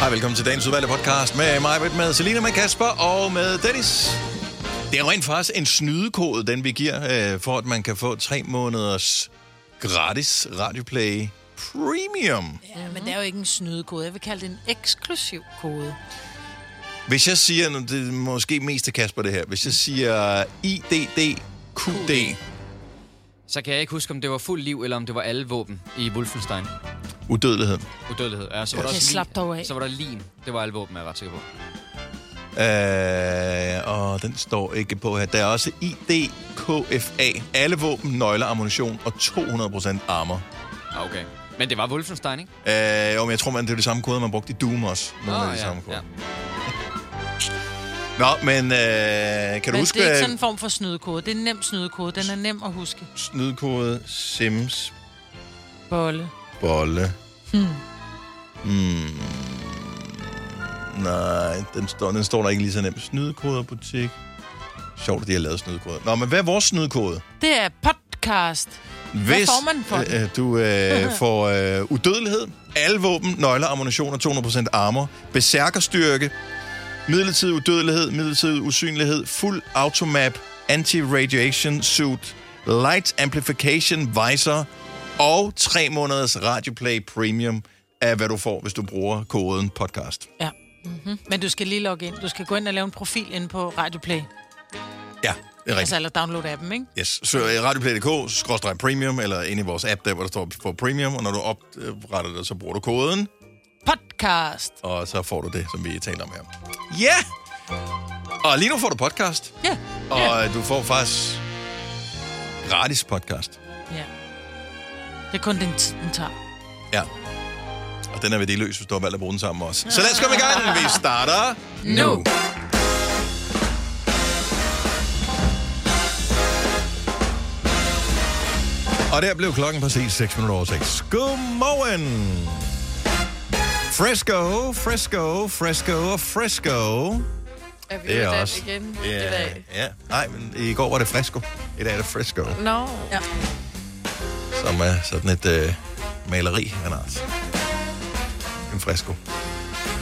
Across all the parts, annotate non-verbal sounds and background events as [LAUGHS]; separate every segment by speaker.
Speaker 1: Hej, velkommen til dagens udvalgte podcast med mig, Britt, med Selina, med Kasper og med Dennis. Det er rent faktisk en snydekode, den vi giver, øh, for at man kan få tre måneders gratis Radioplay Premium.
Speaker 2: Ja, men det er jo ikke en snydekode. Jeg vil kalde det en eksklusiv kode.
Speaker 1: Hvis jeg siger, nu, det er måske mest til Kasper det her, hvis jeg siger IDDQD,
Speaker 3: Så kan jeg ikke huske, om det var fuld liv, eller om det var alle våben i Wolfenstein.
Speaker 1: udødelighed,
Speaker 3: Udødelighed. Ja, så var der
Speaker 2: Okay,
Speaker 3: også lim.
Speaker 2: slap dog af.
Speaker 3: Så var der lim. Det var alle våben, jeg er ret sikker på.
Speaker 1: Øh, og den står ikke på her. Der er også IDKFA. Alle våben, nøgler, ammunition og 200% armor.
Speaker 3: Ah, okay. Men det var Wolfenstein, ikke?
Speaker 1: Øh, jo, men jeg tror, man, det er de samme koder, man brugte i Doom også. Nogle af de samme koder.
Speaker 3: Ah, ja.
Speaker 1: Nå, men øh, kan du
Speaker 2: Men
Speaker 1: huske
Speaker 2: det er ikke
Speaker 1: øh,
Speaker 2: sådan en form for snydekode. Det er en nem snydekode. Den er nem at huske.
Speaker 1: snydkode Sims
Speaker 2: Bolle.
Speaker 1: Bolle? Hmm. hmm. Nej, den står, den står der ikke lige så nemt. Snydekoder butik. Sjovt, at de har lavet snydekoder. Nå, men hvad er vores snydekode?
Speaker 2: Det er podcast.
Speaker 1: Hvis
Speaker 2: får man for den?
Speaker 1: øh, øh,
Speaker 2: [LAUGHS]
Speaker 1: du øh, får øh, udødelighed, alle våben, nøgler, ammunition og 200% armor, besærkerstyrke, midlertidig udødelighed, midlertidig usynlighed, fuld automap, anti-radiation suit, light amplification visor og 3 måneders radioplay premium af, hvad du får, hvis du bruger koden podcast.
Speaker 2: Ja. Mm-hmm. Men du skal lige logge ind. Du skal gå ind og lave en profil inde på Radioplay.
Speaker 1: Ja, det er rigtigt.
Speaker 2: Altså, eller download appen, ikke?
Speaker 1: Yes. Så øh, radioplay.dk, skråstreg premium, eller inde i vores app, der hvor der står på premium, og når du opretter det, så bruger du koden.
Speaker 2: Podcast.
Speaker 1: og så får du det, som vi taler om her. Ja! Og lige nu får du podcast,
Speaker 2: Ja.
Speaker 1: og øh, du får faktisk gratis podcast.
Speaker 2: ja. Det er kun den tid, den tager.
Speaker 1: Ja. Og den er værdiløs, hvis du har valgt at bruge den sammen med os. Så lad os komme i gang. Vi starter
Speaker 2: Nu.
Speaker 1: nu. Og der blev klokken præcis 6 minutter over 6. Godmorgen! Fresco, fresco, fresco og fresco.
Speaker 4: Er vi
Speaker 1: Det er
Speaker 4: uddannet
Speaker 1: også.
Speaker 4: igen
Speaker 1: ja,
Speaker 4: i dag?
Speaker 1: Ja. Nej, men i går var det fresco. I dag er det fresco,
Speaker 4: Nå,
Speaker 2: Ja.
Speaker 1: som er sådan et øh, maleri af en art. En fresco.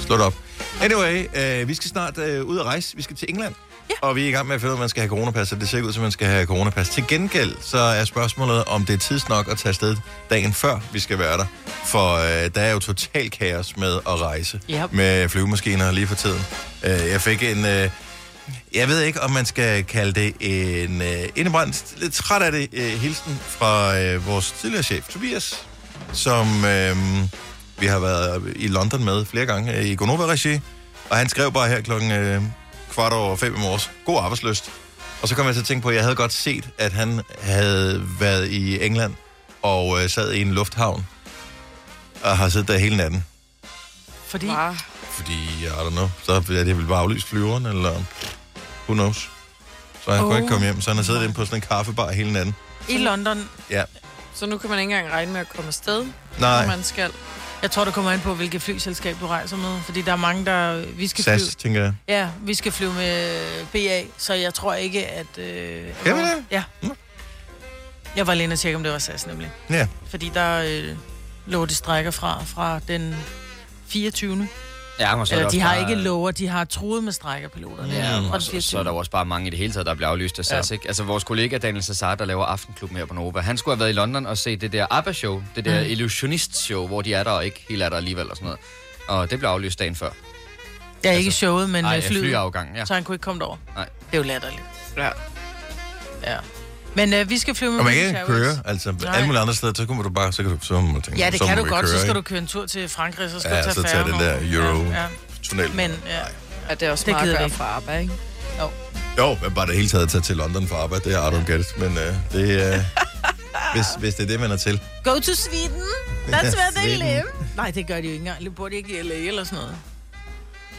Speaker 1: Slå det op. Anyway, øh, vi skal snart øh, ud at rejse. Vi skal til England. Ja. Og vi er i gang med at finde ud af, om man skal have coronapas, og det ser ikke ud til, at man skal have coronapas. Til gengæld, så er spørgsmålet, om det er tids nok at tage afsted dagen før, vi skal være der. For øh, der er jo total kaos med at rejse
Speaker 2: Yep.
Speaker 1: med flyvemaskiner lige for tiden. Øh, jeg fik en... Øh, jeg ved ikke, om man skal kalde det en øh, indebrændt, lidt træt af det, øh, hilsen fra øh, vores tidligere chef, Tobias, som øh, vi har været i London med flere gange øh, i Gonova-regi, og han skrev bare her klokken øh, kvart over fem i morges, god arbejdsløst. Og så kom jeg til at tænke på, at jeg havde godt set, at han havde været i England og øh, sad i en lufthavn og har siddet der hele natten.
Speaker 2: Fordi...
Speaker 4: bare
Speaker 1: Fordi, I don't know, så er det vel bare aflyst flyveren, eller who knows. Så han oh. kunne
Speaker 2: Oh.
Speaker 1: ikke komme hjem, så han har siddet inde på sådan en kaffebar hele natten.
Speaker 2: I London,
Speaker 1: Ja.
Speaker 2: Mm,
Speaker 4: Så nu kan man ikke engang regne med at komme afsted,
Speaker 1: Nej,
Speaker 4: når man skal.
Speaker 2: jeg tror, det kommer ind på, hvilket flyselskab du rejser med. Fordi der er mange, der... Vi skal flyve.
Speaker 1: SAS, tænker jeg.
Speaker 2: Ja, vi skal flyve med BA, så jeg tror ikke, at... Øh,
Speaker 1: Skal vi det?
Speaker 2: Ja.
Speaker 1: Nå.
Speaker 2: Jeg var lige inde og tjekke, om det var SAS nemlig.
Speaker 1: Ja.
Speaker 2: Fordi der øh, lå de strækker fra, fra den 24.
Speaker 3: ja men så er
Speaker 2: Eller
Speaker 3: der
Speaker 2: de
Speaker 3: også
Speaker 2: har
Speaker 3: bare-
Speaker 2: ikke lover, de har truet med strækkerpiloterne.
Speaker 3: Ja,
Speaker 2: fra
Speaker 3: mm.
Speaker 2: den
Speaker 3: og så,
Speaker 2: 24.
Speaker 3: så er der jo også bare mange i det hele taget, der bliver aflyst af SAS, ja. ikke? Altså, vores kollega Daniel Cesar, der laver Aftenklubben her på Nova, han skulle have været i London og se det der ABBA-show, det der mm. illusionist-show, hvor de er der og ikke helt er der alligevel og sådan noget. Og det blev aflyst dagen før.
Speaker 2: Det er ikke
Speaker 3: altså-
Speaker 2: showet, men
Speaker 3: Nej,
Speaker 2: Ej, flyet,
Speaker 3: flyafgangen, ja.
Speaker 2: så han kunne ikke komme derover.
Speaker 3: Nej.
Speaker 2: Det er jo latterligt.
Speaker 4: Ja.
Speaker 2: Ja. Men øh, vi skal flyve med
Speaker 1: Og man kan
Speaker 2: British
Speaker 1: ikke
Speaker 2: Airways.
Speaker 1: køre, altså
Speaker 2: Nej.
Speaker 1: alle mulige andre steder, så kunne du bare, så kan du, så må man tænke,
Speaker 2: Ja, det
Speaker 1: så
Speaker 2: kan
Speaker 1: må
Speaker 2: du
Speaker 1: vi
Speaker 2: godt. så
Speaker 1: køre,
Speaker 2: skal du
Speaker 1: ikke?
Speaker 2: køre en tur til Frankrig, så skal
Speaker 1: Ja,
Speaker 2: du tage
Speaker 1: så tager
Speaker 2: færgen
Speaker 1: den der
Speaker 2: over.
Speaker 1: euro
Speaker 2: Ja, ja.
Speaker 1: tunnel.
Speaker 2: Men ja,
Speaker 4: Er det også
Speaker 2: Det
Speaker 4: det
Speaker 2: gider
Speaker 4: meget at
Speaker 2: vi
Speaker 4: gøre
Speaker 2: ikke.
Speaker 4: fra arbejde, ikke?
Speaker 1: Jo, men bare det hele taget at tage til London for arbejde, det er I don't get it, men øh, det er... Øh, hvis, hvis det er det, man er til.
Speaker 2: Go to Sweden. That's where they
Speaker 1: Sweden.
Speaker 2: live. Nej, det gør de jo ikke engang. De bor de ikke i LA eller sådan noget.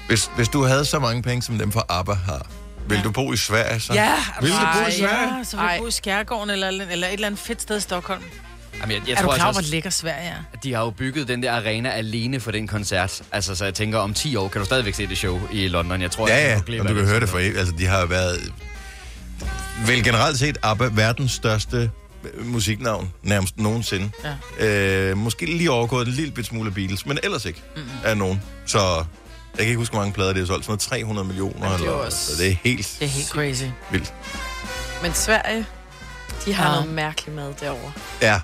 Speaker 1: Hvis, hvis du havde så mange penge, som dem fra ABBA har, vil ja. du bo i Sverige så? Vil du bo i
Speaker 4: nej,
Speaker 1: Sverige?
Speaker 2: Ja, så vil jeg
Speaker 4: Ej.
Speaker 2: bo i Skærgården eller, eller et eller andet fedt sted i Stockholm.
Speaker 3: Jamen, jeg, jeg
Speaker 2: er
Speaker 3: tror
Speaker 2: du klar over,
Speaker 3: altså,
Speaker 2: hvor
Speaker 3: også,
Speaker 2: lækker Sverige er?
Speaker 3: at de har jo bygget den der arena alene for den koncert. Altså, så jeg tænker, om 10 år kan du stadigvæk se det show i London. Jeg tror,
Speaker 1: Ja,
Speaker 3: jeg
Speaker 1: ja,
Speaker 3: går
Speaker 1: og
Speaker 3: glip
Speaker 1: du
Speaker 3: af
Speaker 1: kan høre det Altså,
Speaker 3: sådan
Speaker 1: for evigt. Altså, de har været... Vel generelt set ABBA verdens største musiknavn nærmest nogensinde. Ja. Øh, måske lige overgået en lille bit smule af Beatles, men ellers ikke mm-hmm. af nogen. Så jeg kan ikke huske, hvor mange plader det er solgt. Sådan noget 300 millioner.
Speaker 4: er
Speaker 1: Eller,
Speaker 4: jo også-
Speaker 1: så det er helt
Speaker 2: Det er helt crazy.
Speaker 1: vildt.
Speaker 4: Men Sverige, de har
Speaker 2: Ja.
Speaker 4: ja. noget mærkelig mad derovre.
Speaker 1: Ja,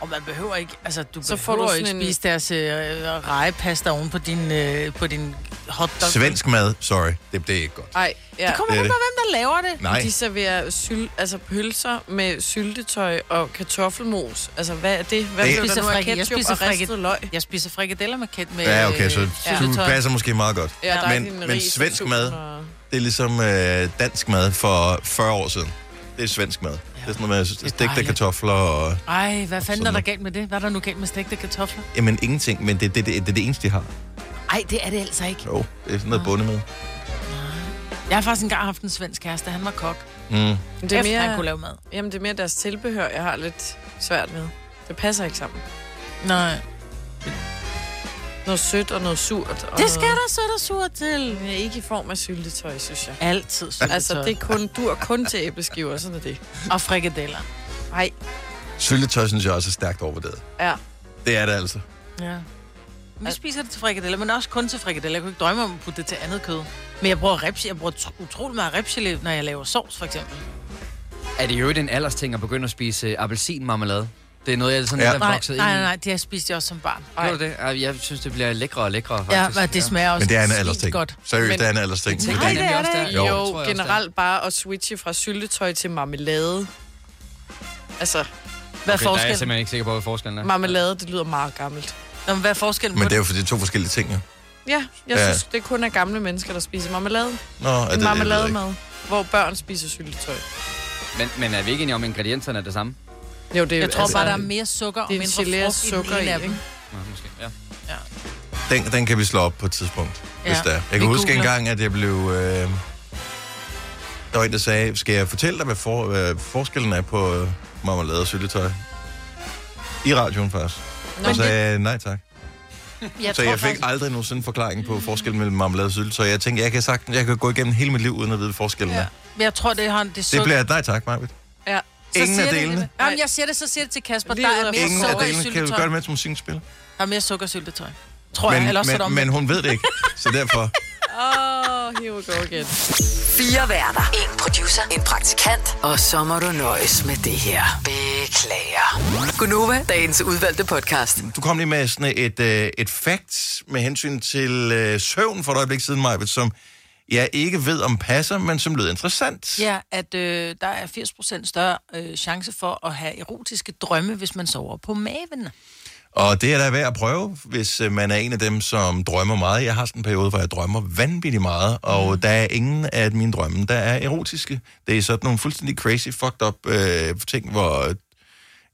Speaker 2: Og man behøver ikke, altså du
Speaker 4: Så
Speaker 2: så
Speaker 4: får
Speaker 2: får
Speaker 4: du
Speaker 2: behøver
Speaker 4: sådan
Speaker 2: ikke
Speaker 4: en-
Speaker 2: spise deres øh, rejepasta oven på din, øh, på din hotdog.
Speaker 1: svensk mad, sorry, det, det er ikke godt.
Speaker 4: Ej, ja.
Speaker 2: Det kommer
Speaker 1: Det er
Speaker 2: an på, hvem der laver det.
Speaker 1: Nej,
Speaker 4: De serverer syl, altså pølser med syltetøj og kartoffelmos. Altså, hvad er det? Hvad
Speaker 1: Det-
Speaker 4: det,
Speaker 1: Jeg
Speaker 4: der
Speaker 2: spiser
Speaker 4: nu af
Speaker 2: frikadelle. Jeg
Speaker 4: ketchup
Speaker 2: spiser
Speaker 4: og ristet
Speaker 2: frikadelle.
Speaker 4: løg?
Speaker 2: Jeg spiser frikadeller med kæt med
Speaker 1: ja okay, så
Speaker 2: øh,
Speaker 1: ja. du
Speaker 2: syltetøj.
Speaker 1: passer måske meget godt.
Speaker 4: Ja, der er
Speaker 1: Men-
Speaker 4: ikke en
Speaker 1: men
Speaker 4: ris og
Speaker 1: svensk
Speaker 4: suppen
Speaker 1: mad-
Speaker 4: Og...
Speaker 1: Det er ligesom øh, dansk mad for 40 år siden. Det er svensk mad. Det er sådan noget med stegte
Speaker 2: dejligt.
Speaker 1: kartofler og...
Speaker 2: Ej, hvad fanden er
Speaker 1: Sådan
Speaker 2: der
Speaker 1: noget.
Speaker 2: galt med det? Hvad er der nu galt med stegte kartofler?
Speaker 1: Jamen ingenting, men det er det, det, det, er det eneste, de har.
Speaker 2: Ej, det er det altså ikke.
Speaker 1: Jo, det er sådan noget bundemad.
Speaker 2: Jeg har faktisk engang haft en svensk kæreste, han var kok.
Speaker 1: Mm.
Speaker 4: Men
Speaker 2: Det
Speaker 4: Det
Speaker 2: er
Speaker 4: er
Speaker 2: Efter han kunne
Speaker 4: mere,
Speaker 2: lave mad.
Speaker 4: jamen, det er mere deres tilbehør, jeg har lidt svært med. Det passer ikke sammen.
Speaker 2: Nej.
Speaker 4: Noget sødt og noget surt. Og
Speaker 2: Det skal
Speaker 4: noget...
Speaker 2: der sødt og sur til.
Speaker 4: Men ikke i form af syltetøj, synes jeg.
Speaker 2: Altid syltetøj.
Speaker 4: Altså, det er kun, dur kun til æbleskiver, sådan er det.
Speaker 2: Og frikadeller.
Speaker 4: Nej,
Speaker 1: Syltetøj synes jeg også er stærkt overvurderet.
Speaker 4: ja.
Speaker 1: Det er det altså.
Speaker 2: Ja. Vi spiser det til frikadeller, men også kun til frikadeller. Jeg kunne ikke drømme om at putte det til andet kød. Men jeg bruger, ribs, jeg bruger tr- utrolig meget ribsgelé, når jeg laver sovs, for eksempel.
Speaker 3: Er det jo ikke en aldersting at begynde at spise øh, appelsinmarmelade? Det er noget, jeg sådan
Speaker 1: Ja.
Speaker 3: ja. lidt er
Speaker 2: Nej,
Speaker 3: vokset
Speaker 2: nej,
Speaker 3: ind i.
Speaker 2: nej, nej, det har jeg spist jeg også som barn.
Speaker 3: Gjorde du det? Ej, Jeg synes, det bliver lækre og lækre, faktisk.
Speaker 2: Ja, men det smager også
Speaker 1: Men det er en
Speaker 2: vildt
Speaker 1: alders ting.
Speaker 2: godt.
Speaker 1: Seriøst,
Speaker 4: Men-
Speaker 1: det er en alders ting.
Speaker 3: Nej,
Speaker 1: Fordi-
Speaker 2: Nej,
Speaker 3: det er
Speaker 2: det er
Speaker 3: nemlig også
Speaker 2: det
Speaker 3: der.
Speaker 2: ikke.
Speaker 4: Jo,
Speaker 3: det tror jeg
Speaker 4: jo
Speaker 3: også, det er.
Speaker 4: generelt bare at switche fra syltetøj til marmelade. Altså,
Speaker 2: Hvad er
Speaker 3: Okay, der er jeg
Speaker 2: forskellen?
Speaker 3: simpelthen ikke sikker på, hvad forskellen er.
Speaker 4: marmelade, det lyder meget gammelt.
Speaker 2: Nå, men hvad er forskellen
Speaker 1: Men
Speaker 2: på
Speaker 1: det
Speaker 2: det?
Speaker 1: er jo for det er to forskellige ting, jo.
Speaker 4: Ja, jeg
Speaker 1: Ja.
Speaker 4: ja. synes, det kun er gamle mennesker, der spiser marmelade.
Speaker 1: Nå, er det,
Speaker 4: En
Speaker 1: jeg ved ikke.
Speaker 4: marmelademad, hvor børn spiser syltetøj.
Speaker 3: Men, men er vi ikke enige om, at ingredienserne er det samme?
Speaker 4: Jo, det er
Speaker 2: Jeg tror bare, der er mere sukker og
Speaker 4: det er en
Speaker 2: mindre
Speaker 4: gelé af
Speaker 2: frugt
Speaker 4: sukker
Speaker 2: i den ene
Speaker 4: i,
Speaker 2: af dem.
Speaker 3: Nå, måske. Ja.
Speaker 1: Den, den kan vi slå op på et tidspunkt, ja. hvis
Speaker 2: Ja,
Speaker 1: det er.
Speaker 2: vi
Speaker 1: Jeg kan huske
Speaker 2: googler.
Speaker 1: engang, at jeg blev... Øh, der var en, der sagde, skal jeg fortælle dig, hvad, for, hvad forskellen er på øh, marmelade og syltetøj? I radioen først.
Speaker 4: Nå,
Speaker 1: Og så sagde Altså, jeg, nej tak.
Speaker 2: Jeg
Speaker 1: Så
Speaker 2: tror
Speaker 1: jeg fik
Speaker 2: faktisk-
Speaker 1: aldrig nogensinde forklaring på forskellen mellem marmelade og syltetøj. Jeg tænkte, jeg kan sagtens, jeg kan gå igennem hele mit liv uden at vide forskellen. Ja.
Speaker 2: Ja. Men jeg tror, det har det er
Speaker 1: Det
Speaker 2: sukker.
Speaker 1: bliver et nej tak, Marvitt.
Speaker 4: Ja.
Speaker 2: Så
Speaker 1: Ingen af
Speaker 2: siger det-
Speaker 1: delene.
Speaker 2: Jamen, jeg siger det, så siger det til Kasper. Der
Speaker 4: Livet
Speaker 2: er
Speaker 4: er
Speaker 2: mere
Speaker 1: Ingen af
Speaker 2: sukker i
Speaker 1: delene. Kan du gøre
Speaker 2: syltetøj.
Speaker 1: det med til musikspil?
Speaker 2: Der er mere sukker i syltetøj. Tror jeg,
Speaker 1: Men,
Speaker 2: eller også er det
Speaker 1: men, men
Speaker 2: omvendt.
Speaker 1: hun ved det ikke, så derfor...
Speaker 4: Åh, oh, here we go again.
Speaker 5: Fire værter. En producer. En praktikant. Og så må du nøjes med det her. Beklager. Gunova, dagens udvalgte podcast.
Speaker 1: Du kom lige med sådan et, øh, et fact med hensyn til øh, søvn for et øjeblik siden, Majbet, som jeg ikke ved om passer, men som lød interessant.
Speaker 2: Ja, at øh, der er 80% større øh, chance for at have erotiske drømme, hvis man sover på maven.
Speaker 1: Og det er da værd at prøve, hvis øh, man er en af dem, som drømmer meget. Jeg har sådan en periode, hvor jeg drømmer vanvittigt meget, og der er ingen af mine drømme, der er erotiske. Det er sådan nogle fuldstændig crazy, fucked up øh, ting, hvor... øh,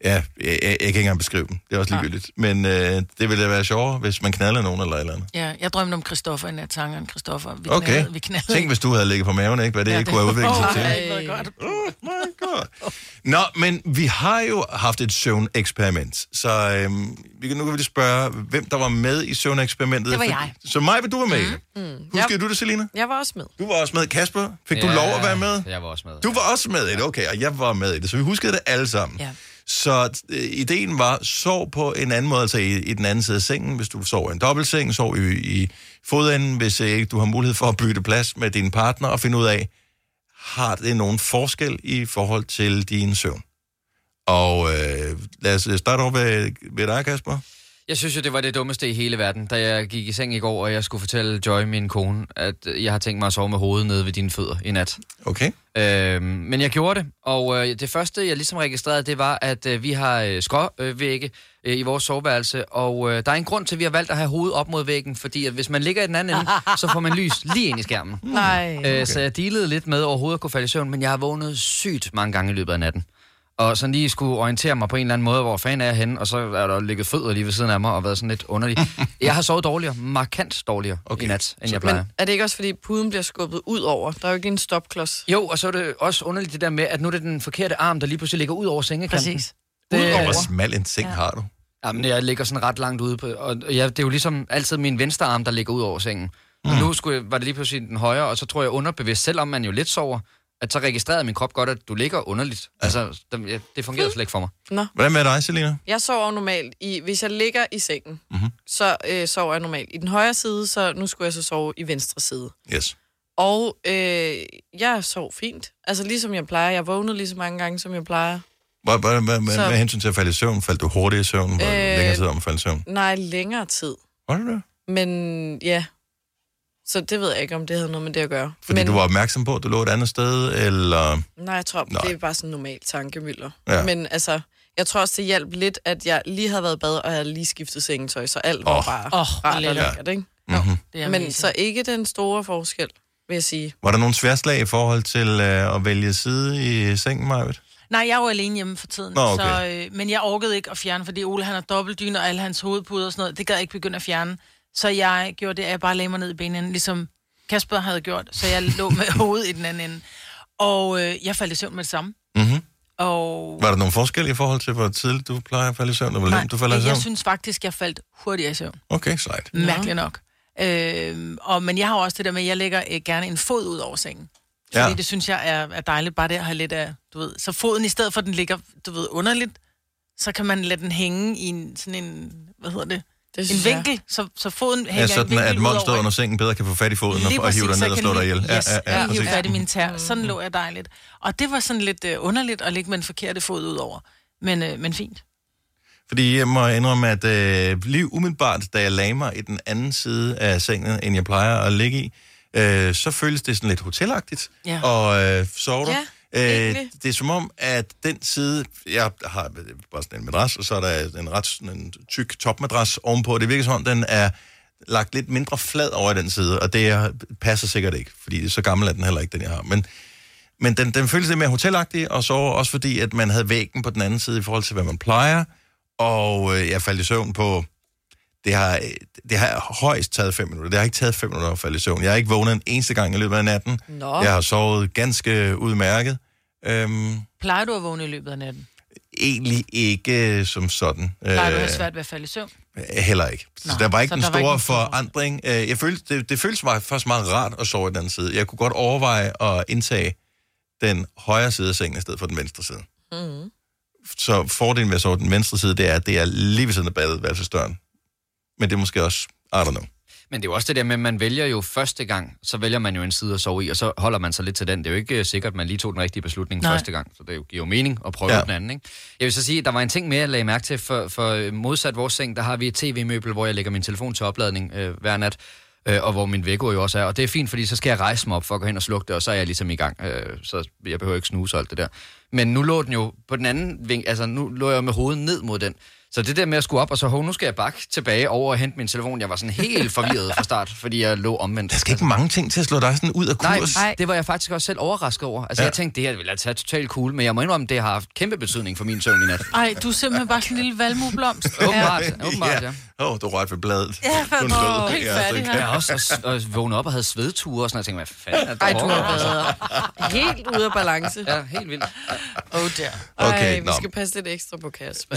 Speaker 1: Ja, jeg, jeg, jeg kan ikke engang beskrive dem. Det er også ligegyldigt. Men øh, det ville da være sjovere, hvis man knaldede nogen eller et eller andet.
Speaker 2: Ja, jeg drømte om Christoffer i nat, sangeren Christoffer. Vi
Speaker 1: Okay.
Speaker 2: knaldede, vi knaldede.
Speaker 1: Tænk, hvis du havde ligget på maven, ikke? Hvad det ja, ikke kunne have udviklet sig til.
Speaker 2: Åh, det ved jeg godt.
Speaker 1: Oh my god. Nå, men vi har jo haft et søvneksperiment, så øhm, vi kan, nu kan vi lige spørge, hvem der var med i søvneksperimentet.
Speaker 2: Det var
Speaker 1: Fordi-
Speaker 2: jeg.
Speaker 1: Så mig, du var med. Mm. Mm. Huskede
Speaker 4: Jeg-
Speaker 1: du det, Selina?
Speaker 4: Mhm. Jeg var også med.
Speaker 1: Du var også med. Kasper, fik ja. du lov at være med?
Speaker 3: Jeg var også med.
Speaker 1: Du var også med i det, okay, og jeg var med i det, så vi huskede det alle sammen.
Speaker 2: Ja.
Speaker 1: Så øh, ideen var, sov på en anden måde, altså i, i den anden side af sengen, hvis du sover i en dobbeltseng, sov i, i fodenden, hvis øh, ikke du har mulighed for at bytte plads med din partner, og finde ud af, har det nogen forskel i forhold til din søvn? Og øh, lad os øh, starte over ved, ved dig, Kasper.
Speaker 3: Jeg synes jo, det var det dummeste i hele verden, da jeg gik i seng i går, og jeg skulle fortælle Joy, min kone, at jeg har tænkt mig at sove med hovedet nede ved dine fødder i nat.
Speaker 1: Okay.
Speaker 3: Øhm, men jeg gjorde det, og øh, det første, jeg ligesom registrerede, det var, at øh, vi har øh, skråvægge øh, i vores soveværelse, og øh, der er en grund til, at vi har valgt at have hovedet op mod væggen, fordi at hvis man ligger i den anden ende, så får man lys lige ind i skærmen.
Speaker 1: Mm.
Speaker 4: Nej.
Speaker 2: Øh,
Speaker 3: Okay. Øh, Så jeg dealede lidt med overhovedet at kunne falde i søvn, men jeg har vågnet sygt mange gange i løbet af natten. Og sådan lige skulle orientere mig på en eller anden måde, hvor fanden er jeg henne, og så er der ligget fødder lige ved siden af mig og været sådan lidt
Speaker 1: [LAUGHS]
Speaker 3: underlig. jeg har sovet dårligere, markant dårligere okay.
Speaker 1: Okay.
Speaker 3: i nat, end jeg
Speaker 4: Men
Speaker 3: plejer. Men...
Speaker 4: er det ikke også, fordi puden bliver skubbet ud over? Der er jo ikke en stopklods.
Speaker 3: Jo, og så er det også underligt det der med, at nu er det den forkerte arm, der lige pludselig ligger ud over sengekanten.
Speaker 2: Præcis.
Speaker 3: Det,
Speaker 1: Og hvor smal en seng ja. har du?
Speaker 3: Jamen, jeg ligger sådan ret langt ude på, og jeg, det er jo ligesom altid min venstre arm, der ligger ud over sengen. Mm. Og nu skulle, jeg- var det lige pludselig den højre, og så tror jeg underbevidst, selvom man jo lidt sover, at så registrerede min krop godt, at du ligger underligt. Altså, dem- ja, det fungerede slet ikke for mig.
Speaker 4: Nå.
Speaker 1: Hvordan med dig, Selina?
Speaker 4: Jeg sover normalt i... Hvis jeg ligger i sengen,
Speaker 1: Mhm.
Speaker 4: mm-hmm. så øh, sover jeg normalt i den højre side, så nu skulle jeg så sove i venstre side.
Speaker 1: Yes.
Speaker 4: Og øh, jeg sov fint. Altså ligesom jeg plejer. Jeg vågnede lige så mange gange, som jeg plejer.
Speaker 1: Hvad hvad- hvad- hvad-
Speaker 4: Så-
Speaker 1: med hensyn til at falde i søvn? Faldt du hurtigt i søvn? Hvor
Speaker 4: Øh,
Speaker 1: længere tid om at falde i søvn?
Speaker 4: Nej, længere tid.
Speaker 1: Var du det?
Speaker 4: Men ja. Så det ved jeg ikke, om det havde noget med det at gøre.
Speaker 1: Fordi
Speaker 4: Men,
Speaker 1: du var opmærksom på, at du lå et andet sted, eller...
Speaker 4: Nej, jeg tror,
Speaker 1: Nej.
Speaker 4: nej. det er bare sådan normal tankemøller.
Speaker 1: Ja.
Speaker 4: Ja. Men altså, jeg tror også, det hjalp lidt, at jeg lige havde været i bad, og jeg havde lige skiftet sengetøj, så alt var
Speaker 1: Åh.
Speaker 4: bare
Speaker 2: Åh,
Speaker 4: oh,
Speaker 2: hvor
Speaker 4: rart og
Speaker 2: lækkert.
Speaker 4: lækkert, ikke?
Speaker 1: Mm-hmm.
Speaker 2: Det er
Speaker 4: Men
Speaker 2: amazing.
Speaker 4: så ikke den store forskel, vil jeg sige.
Speaker 1: Var der nogle sværslag i forhold til øh, at vælge side i sengen, Marvitt?
Speaker 2: Nej, jeg var alene hjemme for tiden,
Speaker 1: Nå,
Speaker 2: Nå,
Speaker 1: okay.
Speaker 2: okay. så, øh, men jeg orkede ikke at fjerne, fordi Ole han har dobbeltdyne, og alle hans hovedpuder og sådan noget, det gad jeg ikke begynde at fjerne. Så jeg gjorde det, at jeg bare lagde mig ned i benene, ligesom Kasper havde gjort, så jeg lå
Speaker 1: [LAUGHS]
Speaker 2: med hovedet i den anden ende. Og øh, jeg faldt i søvn med det samme.
Speaker 1: Mm-hmm.
Speaker 2: Og
Speaker 1: Var der nogle forskelle i forhold til, hvor tidligt du plejer at falde i søvn, og hvor nemt du falder i
Speaker 2: jeg,
Speaker 1: søvn?
Speaker 2: jeg synes faktisk, jeg faldt hurtigere i søvn.
Speaker 1: Okay, sejt.
Speaker 2: Mærkeligt nok. Øh, og, men jeg har jo også det der med, at jeg lægger øh, gerne en fod ud over sengen. Fordi
Speaker 1: Ja.
Speaker 2: ja. det synes jeg er, er dejligt, bare det at have lidt af, du ved, så foden i stedet for, at den ligger, du ved, underligt, så kan man lade den hænge i en, sådan en, hvad hedder det,
Speaker 4: Det
Speaker 2: en vinkel, så, så foden hænger
Speaker 1: Ja,
Speaker 2: i
Speaker 1: sådan
Speaker 2: en
Speaker 1: at
Speaker 2: vinkel ud
Speaker 1: monster
Speaker 2: over.
Speaker 1: under sengen bedre kan få fat i foden
Speaker 2: Lige
Speaker 1: og, og hive dig
Speaker 2: præcis,
Speaker 1: ned
Speaker 2: så
Speaker 1: og
Speaker 2: kan
Speaker 1: slå dig
Speaker 2: den
Speaker 1: ihjel.
Speaker 2: lige- Yes, ja, hive
Speaker 1: præcis. Mm.
Speaker 2: fat i min tær. Sådan lå jeg dejligt. Og det var sådan lidt øh, underligt at ligge med den forkerte fod ud over. Men, øh, men fint.
Speaker 1: Fordi jeg må indrømme, at øh, lige umiddelbart, da jeg lagde mig i den anden side af sengen, end jeg plejer at ligge i, øh, så føles det sådan lidt hotelagtigt
Speaker 2: Ja.
Speaker 1: og øh, sove der.
Speaker 4: Ja,
Speaker 1: Øh,
Speaker 4: egentlig.
Speaker 1: det er som om, at den side, jeg har bare sådan en madras, og så er der en ret sådan en tyk topmadras ovenpå. Det virker som om, den er lagt lidt mindre flad over i den side, og det er, passer sikkert ikke, fordi så gammel er den heller ikke, den jeg har. Men, men den, den føles lidt mere hotelagtig, og så også fordi, at man havde væggen på den anden side i forhold til, hvad man plejer, og øh, jeg faldt i søvn på... Det har, øh, det har højst taget 5 minutter. Det har ikke taget 5 minutter at falde i søvn. Jeg har ikke vågnet en eneste gang i løbet af natten.
Speaker 4: Nå.
Speaker 1: Jeg har sovet ganske udmærket. Øhm,
Speaker 2: Plejer du at vågne i løbet af natten?
Speaker 1: egentlig ikke øh, som sådan. Øh,
Speaker 2: Plejer du at have svært ved at falde i søvn?
Speaker 1: heller ikke. Så
Speaker 2: Nå,
Speaker 1: der var ikke
Speaker 2: så
Speaker 1: den
Speaker 2: der var
Speaker 1: store
Speaker 2: ikke
Speaker 1: ikke
Speaker 2: den store-
Speaker 1: forandring. Øh, Jeg følte, det, det føltes mig faktisk meget rart at sove i den anden side. Jeg kunne godt overveje at indtage den højre side af sengen i stedet for den venstre side.
Speaker 4: Mm.
Speaker 1: Så fordelen ved at sove i den venstre side, det er, at det er lige ved siden af badeværelsesdøren. Men det er måske også, I don't know.
Speaker 3: Men det er jo også det der med, at man vælger jo første gang, så vælger man jo en side at sove i, og så holder man sig lidt til den. Det er jo ikke øh, sikkert, at man lige tog den rigtige beslutning Nej.
Speaker 2: Nej.
Speaker 3: første gang, så det er jo- giver jo mening at prøve
Speaker 1: Ja.
Speaker 3: ja. den anden. Ikke? Jeg vil så sige, at der var en ting mere, jeg lagde mærke til, for, for øh, modsat vores seng, der har vi et tv-møbel, hvor jeg lægger min telefon til opladning øh, hver nat, øh, og hvor min vækord jo også er. Og det er fint, fordi så skal jeg rejse mig op for at gå hen og slukke det, og så er jeg ligesom i gang, øh, så jeg behøver ikke snuse og alt det der. Men nu lå den jo på den anden vinkel, altså nu lå jeg med hovedet ned mod den. Så det der med at skulle op, og så, hov, nu skal jeg bakke tilbage over og hente min telefon. Jeg var sådan helt forvirret fra start, fordi jeg lå omvendt.
Speaker 1: Der skal ikke mange ting til at slå dig sådan ud af
Speaker 3: Nej,
Speaker 1: kurs.
Speaker 3: nej, det var jeg faktisk også selv overrasket over. Altså,
Speaker 1: Ja.
Speaker 3: ja. jeg tænkte, det her ville jeg tage totalt cool, men jeg må indrømme, det har haft kæmpe betydning for min søvn i nat.
Speaker 2: Ej, du er simpelthen bare sådan en lille valmueblomst.
Speaker 3: [LAUGHS]
Speaker 1: [LAUGHS]
Speaker 3: Åbenbart, ja. åbenbart, ja.
Speaker 1: Åh, oh, du rørte ved bladet.
Speaker 2: Ja,
Speaker 1: Du er en
Speaker 2: åh,
Speaker 1: død.
Speaker 2: helt
Speaker 1: så
Speaker 2: færdig
Speaker 1: kan-
Speaker 2: her.
Speaker 3: Jeg har også og, og vågnet op og havde svedture og sådan noget. Jeg tænkte, hvad fanden er det?
Speaker 4: Ej, du har
Speaker 3: overhovedet?
Speaker 4: været helt ude af balance.
Speaker 3: Ja, helt vildt.
Speaker 2: Oh, der.
Speaker 1: Okay,
Speaker 4: Ej, vi
Speaker 1: nå.
Speaker 4: skal passe lidt ekstra på Kasper.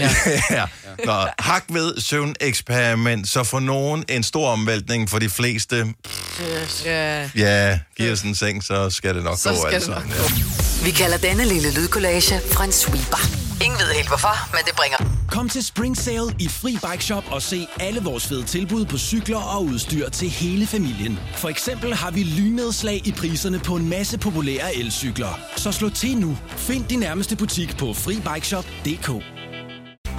Speaker 1: ja. Nå, hak ved søvneksperiment, så for nogen en stor omvæltning, for de fleste,
Speaker 3: "Øh,
Speaker 4: Ja.
Speaker 1: ja, giver sådan en seng, så skal det nok
Speaker 4: Så
Speaker 1: gå altså.
Speaker 4: skal
Speaker 1: alt
Speaker 4: det nok
Speaker 1: sammen.
Speaker 4: gå.
Speaker 5: Vi kalder denne lille lydkollage en sweeper. Ingen ved helt hvorfor, men det bringer
Speaker 6: Kom til Spring Sale i Fri Bike Shop og se alle vores fede tilbud på cykler og udstyr til hele familien. For eksempel har vi lynedslag i priserne på en masse populære elcykler. Så slå til nu. Find din nærmeste butik på FriBikeShop.dk.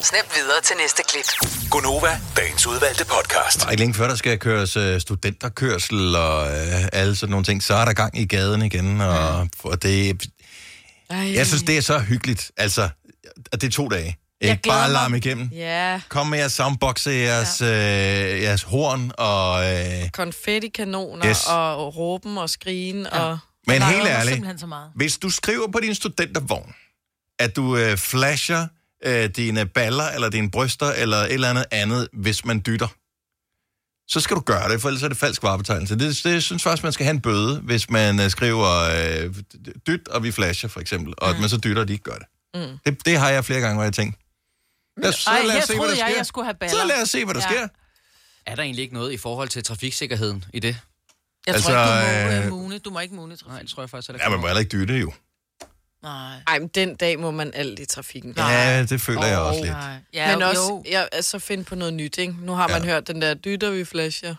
Speaker 5: os nemt videre til næste klip.
Speaker 7: Gunova, dagens udvalgte podcast.
Speaker 1: Der er ikke længe før, der skal køres øh, studenterkørsel og øh, alle sådan nogle ting. Så er der gang i gaden igen, og, og det...
Speaker 4: Ej.
Speaker 1: Jeg synes, det er så hyggeligt. Altså, og det er to dage. Ikke?
Speaker 4: glæder
Speaker 1: Bare
Speaker 4: mig.
Speaker 1: larme igennem.
Speaker 4: Ja.
Speaker 1: Kom med jeres soundbox, jeres, ja. øh, jeres horn og... Øh,
Speaker 4: Konfettikanoner
Speaker 1: Yes.
Speaker 4: yes. og råben og skrigen ja. og...
Speaker 1: Men
Speaker 4: Der
Speaker 1: helt
Speaker 4: er
Speaker 1: ærligt.
Speaker 4: simpelthen så meget.
Speaker 1: Hvis du skriver på din studentervogn, at du øh, flasher øh, dine baller, eller dine bryster, eller et eller andet andet, hvis man dytter, så skal du gøre det, for ellers er det falsk varebetegnelse. Det, det synes faktisk, man skal have en bøde, hvis man øh, skriver øh, dyt, og vi flasher, for eksempel, og mm. at man så dytter, og de ikke gør det.
Speaker 2: Mm.
Speaker 1: Det, det har jeg flere gange, hvor jeg tænkt. Lad os, så
Speaker 2: Ej,
Speaker 1: lad
Speaker 2: her
Speaker 1: os se, hvad der
Speaker 2: troede jeg,
Speaker 1: sker.
Speaker 2: jeg skulle have baller.
Speaker 1: Så lad os se, hvad der sker.
Speaker 3: Er der egentlig ikke noget i forhold til trafiksikkerheden i det?
Speaker 2: Jeg
Speaker 1: Altså,
Speaker 2: tror ikke, du må
Speaker 1: øh,
Speaker 2: øh, mune. Du må ikke mune i trafik. Nej,
Speaker 3: det tror jeg faktisk, at
Speaker 1: Ja, man må heller ikke dytte, jo.
Speaker 2: Nej.
Speaker 4: Ej, men den dag må man alt i trafikken.
Speaker 1: Ja, det føler jeg også lidt.
Speaker 4: Nej.
Speaker 2: Ja,
Speaker 4: Ja, men
Speaker 2: jo.
Speaker 4: også, ja, altså finde på noget nyt, ikke? Nu har man hørt den der dytter, vi flasher.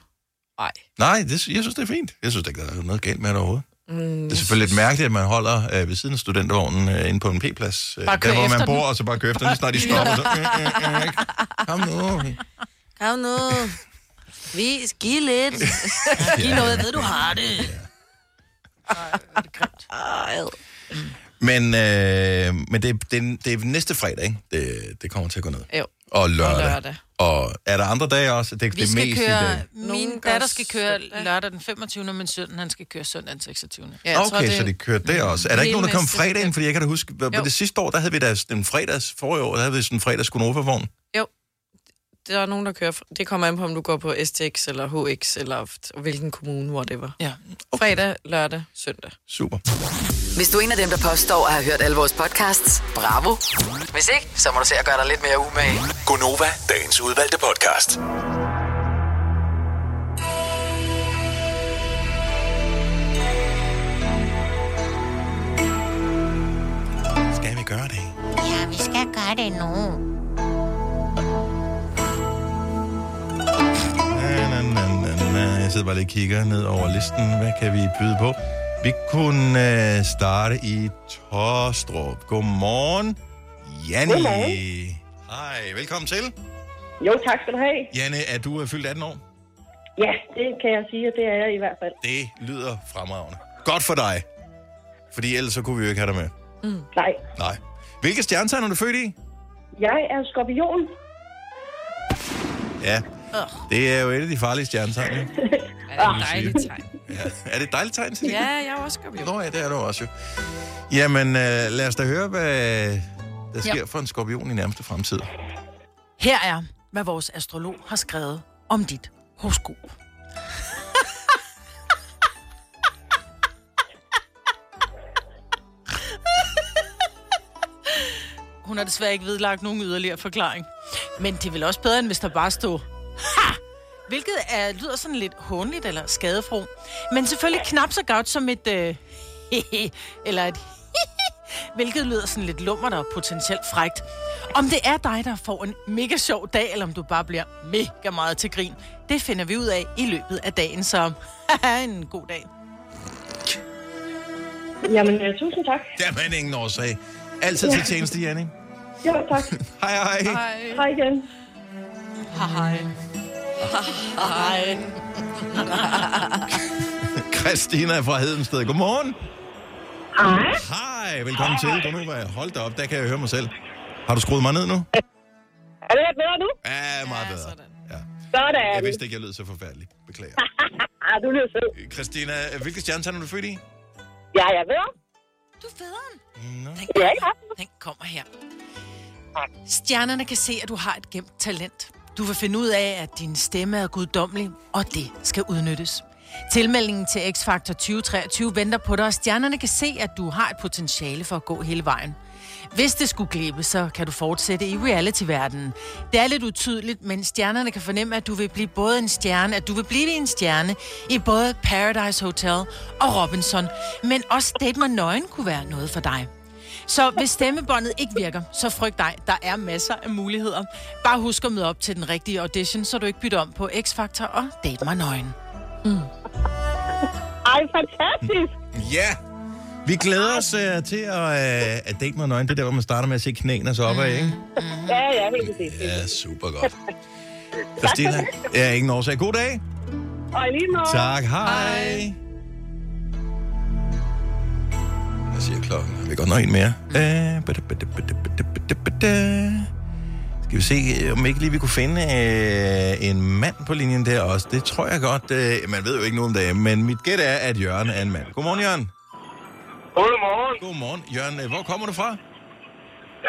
Speaker 4: Nej.
Speaker 1: Nej, det, jeg synes, det er fint. Jeg synes, der ikke der er noget galt med det overhovedet.
Speaker 4: Mm.
Speaker 1: Det er selvfølgelig lidt mærkeligt, at man holder øh, ved siden af studentervognen øh, inde på en P-plads. Øh,
Speaker 4: Bare
Speaker 1: der,
Speaker 4: kør
Speaker 1: hvor man
Speaker 4: efter
Speaker 1: bor,
Speaker 4: den.
Speaker 1: og så bare kører efter den, lige snart de stopper. Så, øh, øh, øh, ikke? Kom nu.
Speaker 2: Kom nu. Vi giv lidt. [LAUGHS] Giv noget, ved du har det.
Speaker 1: Men, øh, men det, det, det er næste fredag, ikke? Det, det kommer til at gå ned.
Speaker 4: Jo.
Speaker 1: Og lørdag.
Speaker 4: Øh, Og lørdag.
Speaker 1: Og er der andre dage også? Det, er
Speaker 2: Vi
Speaker 1: det
Speaker 2: skal
Speaker 1: mest i dag.
Speaker 2: køre, min
Speaker 4: gør
Speaker 2: datter skal køre lørdag den 25. Men sønnen, han skal køre søndag den 26.
Speaker 1: Ja, okay, så de kørte det også. Er der ikke
Speaker 2: Hele
Speaker 1: nogen, der kom
Speaker 2: næste
Speaker 1: fredagen? Fordi jeg kan da huske, hvad,
Speaker 4: Jo.
Speaker 1: det sidste år, der havde vi da sådan en fredags, forrige år, der havde vi sådan en fredags Gunova-vogn.
Speaker 4: Jo. Der er nogen, der kører... fr- Det kommer an på, om du går på STX eller HX eller f- hvilken kommune, whatever.
Speaker 2: Ja.
Speaker 4: Okay. Fredag, lørdag, søndag.
Speaker 1: Super.
Speaker 5: Hvis du er en af dem, der påstår at have hørt alle vores podcasts, bravo. Hvis ikke, så må du se at gøre dig lidt mere umage.
Speaker 7: Gunova, dagens udvalgte podcast.
Speaker 1: Skal vi gøre det?
Speaker 8: Ja, vi skal gøre det nu.
Speaker 1: Na, na, na, na. Jeg sidder bare lige og kigger ned over listen. Hvad kan vi byde på? Vi kunne øh, starte i Torstrup. Godmorgen, Janne.
Speaker 9: Godmorgen.
Speaker 1: Hej, velkommen til.
Speaker 9: Jo, tak skal du have.
Speaker 1: Janne, er du øh, fyldt 18 år?
Speaker 9: Ja, det kan jeg sige, at det er jeg i hvert fald.
Speaker 1: Det lyder fremragende. Godt for dig. Fordi ellers så kunne vi jo ikke have dig med.
Speaker 9: Mm. Nej,
Speaker 1: Nej. Hvilke stjernetegn er du født i?
Speaker 9: jeg er skorpion.
Speaker 1: Ja, det er jo et af de farlige stjernetegn. jo.
Speaker 4: Ah,
Speaker 1: dejligt
Speaker 4: tegn.
Speaker 1: [LAUGHS] Ja. Er det et dejligt tegn til dig?
Speaker 4: Ja, jeg er også skorpion.
Speaker 1: Nå ja, det er du også jo. Jamen, øh, lad os da høre, hvad der sker
Speaker 2: Ja.
Speaker 1: for en skorpion i nærmeste fremtid.
Speaker 2: Her er, hvad vores astrolog har skrevet om dit horoskop. Hun har desværre ikke vedlagt nogen yderligere forklaring. Men det er vel også bedre, end hvis der bare stod... Ha! Hvilket er, lyder sådan lidt hånligt eller skadefro. Men selvfølgelig knap så godt som et... Øh, [LAUGHS] hehe, eller et... Hvilket lyder sådan lidt lummert og potentielt frægt. Om det er dig, der får en mega sjov dag, eller om du bare bliver mega meget til grin, det finder vi ud af i løbet af dagen, så [LAUGHS] en god dag.
Speaker 9: Jamen, øh, tusind tak.
Speaker 1: Jamen, ingen årsag. Altid til tjeneste, Janne.
Speaker 9: Jo, tak.
Speaker 1: [LAUGHS] Hej, hej.
Speaker 9: Hej igen.
Speaker 2: Hej. Hej.
Speaker 1: Christina fra Hedensted. Godmorgen.
Speaker 9: Hej.
Speaker 1: Hej, velkommen hej. til. Godnova. Hold da op, der kan jeg høre mig selv. Har du skruet mig ned nu?
Speaker 9: Er det bedre nu?
Speaker 1: Ja, meget bedre.
Speaker 9: Sådan.
Speaker 1: Jeg vidste ikke, jeg lød så forfærdelig.
Speaker 9: [LAUGHS]
Speaker 1: Beklager.
Speaker 9: Ah, du lyder sød.
Speaker 1: Christina, hvilke stjernetegn er du født i?
Speaker 9: Ja, jeg ved.
Speaker 2: Du er federen. Den,
Speaker 9: Ja, ja.
Speaker 2: den kommer her. Stjernerne kan se, at du har et gemt talent. Du vil finde ud af, at din stemme er guddommelig, og det skal udnyttes. Tilmeldingen til X-Factor 2023 venter på dig, og stjernerne kan se, at du har et potentiale for at gå hele vejen. Hvis det skulle glippe, så kan du fortsætte i reality-verdenen. Det er lidt utydeligt, men stjernerne kan fornemme, at du vil blive både en stjerne, at du vil blive en stjerne i både Paradise Hotel og Robinson, men også Date mig nøgen kunne være noget for dig. Så hvis stemmebåndet ikke virker, så frygt dig. Der er masser af muligheder. Bare husk at møde op til den rigtige audition, så du ikke bytter om på X-Factor og Date mig nøgen.
Speaker 9: Ej, fantastisk.
Speaker 1: Ja, Vi glæder os uh, til at, uh, at date med nøgen. Det er der, hvor man starter med at se knæene så opad, ikke?
Speaker 9: Mhm. Ja, ja, helt præcis.
Speaker 1: Ja, super godt. Christina, ja, ingen årsag. God dag.
Speaker 9: Og i lige måde.
Speaker 1: Tak, hej. Hvad siger klokken? Har vi godt nok en mere? Øh, bada, bada, bada, bada, bada, bada. Skal vi se, om ikke lige vi kunne finde øh, en mand på linjen der også. Det tror jeg godt. Øh, man ved jo ikke noget om det, men mit gæt er, at Jørgen er en mand. Godmorgen, Jørgen.
Speaker 10: Godmorgen.
Speaker 1: Godmorgen. Jørgen, øh, hvor kommer du fra?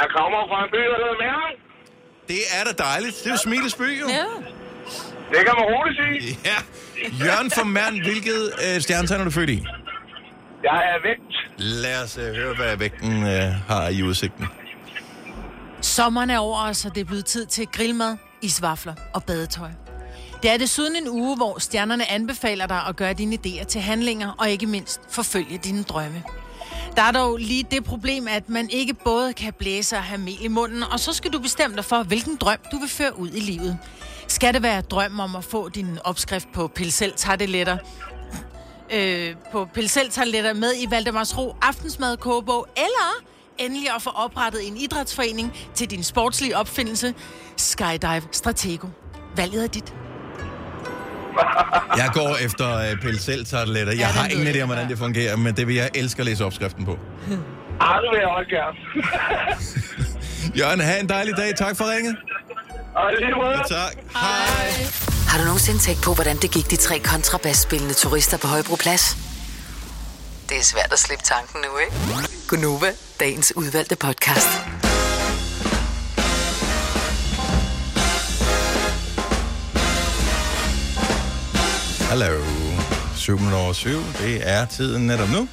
Speaker 10: Jeg kommer fra en by, der hedder Mærken.
Speaker 1: Det er da dejligt. Det er jo Smiles by, jo.
Speaker 2: Ja.
Speaker 10: Det kan man roligt sige.
Speaker 1: Ja. Jørgen fra Mærn, hvilket øh, stjernetegn er du født i?
Speaker 10: Jeg er vægt.
Speaker 1: Lad os øh, høre, hvad vægten øh, har i udsigten.
Speaker 2: Sommeren er over os, og det er blevet tid til grillmad, isvafler og badetøj. Det er desuden en uge, hvor stjernerne anbefaler dig at gøre dine idéer til handlinger, og ikke mindst forfølge dine drømme. Der er dog lige det problem, at man ikke både kan blæse og have mel i munden, og så skal du bestemme dig for, hvilken drøm du vil føre ud i livet. Skal det være drøm om at få din opskrift på pilsel tarteletter, øh, på pilseltarteletter med i Valdemars Ro aftensmad kogebog, eller endelig at få oprettet en idrætsforening til din sportslige opfindelse, Skydive Stratego. Valget er dit.
Speaker 1: Jeg går efter øh, pilseltarteletter. Jeg har ingen idé om, hvordan det fungerer, men det vil jeg elske at læse opskriften på.
Speaker 10: Ej, det vil jeg også gerne.
Speaker 1: Jørgen, have en dejlig dag. Tak for ringet.
Speaker 10: Og lige måde.
Speaker 1: Tak.
Speaker 10: Hej.
Speaker 5: Har du nogensinde tænkt på, hvordan det gik de tre kontrabasspillende turister på Højbroplads? Det er svært at slippe tanken nu, ikke? Gunova, dagens udvalgte podcast.
Speaker 1: Hallo. 7 over 7. Det er tiden netop nu.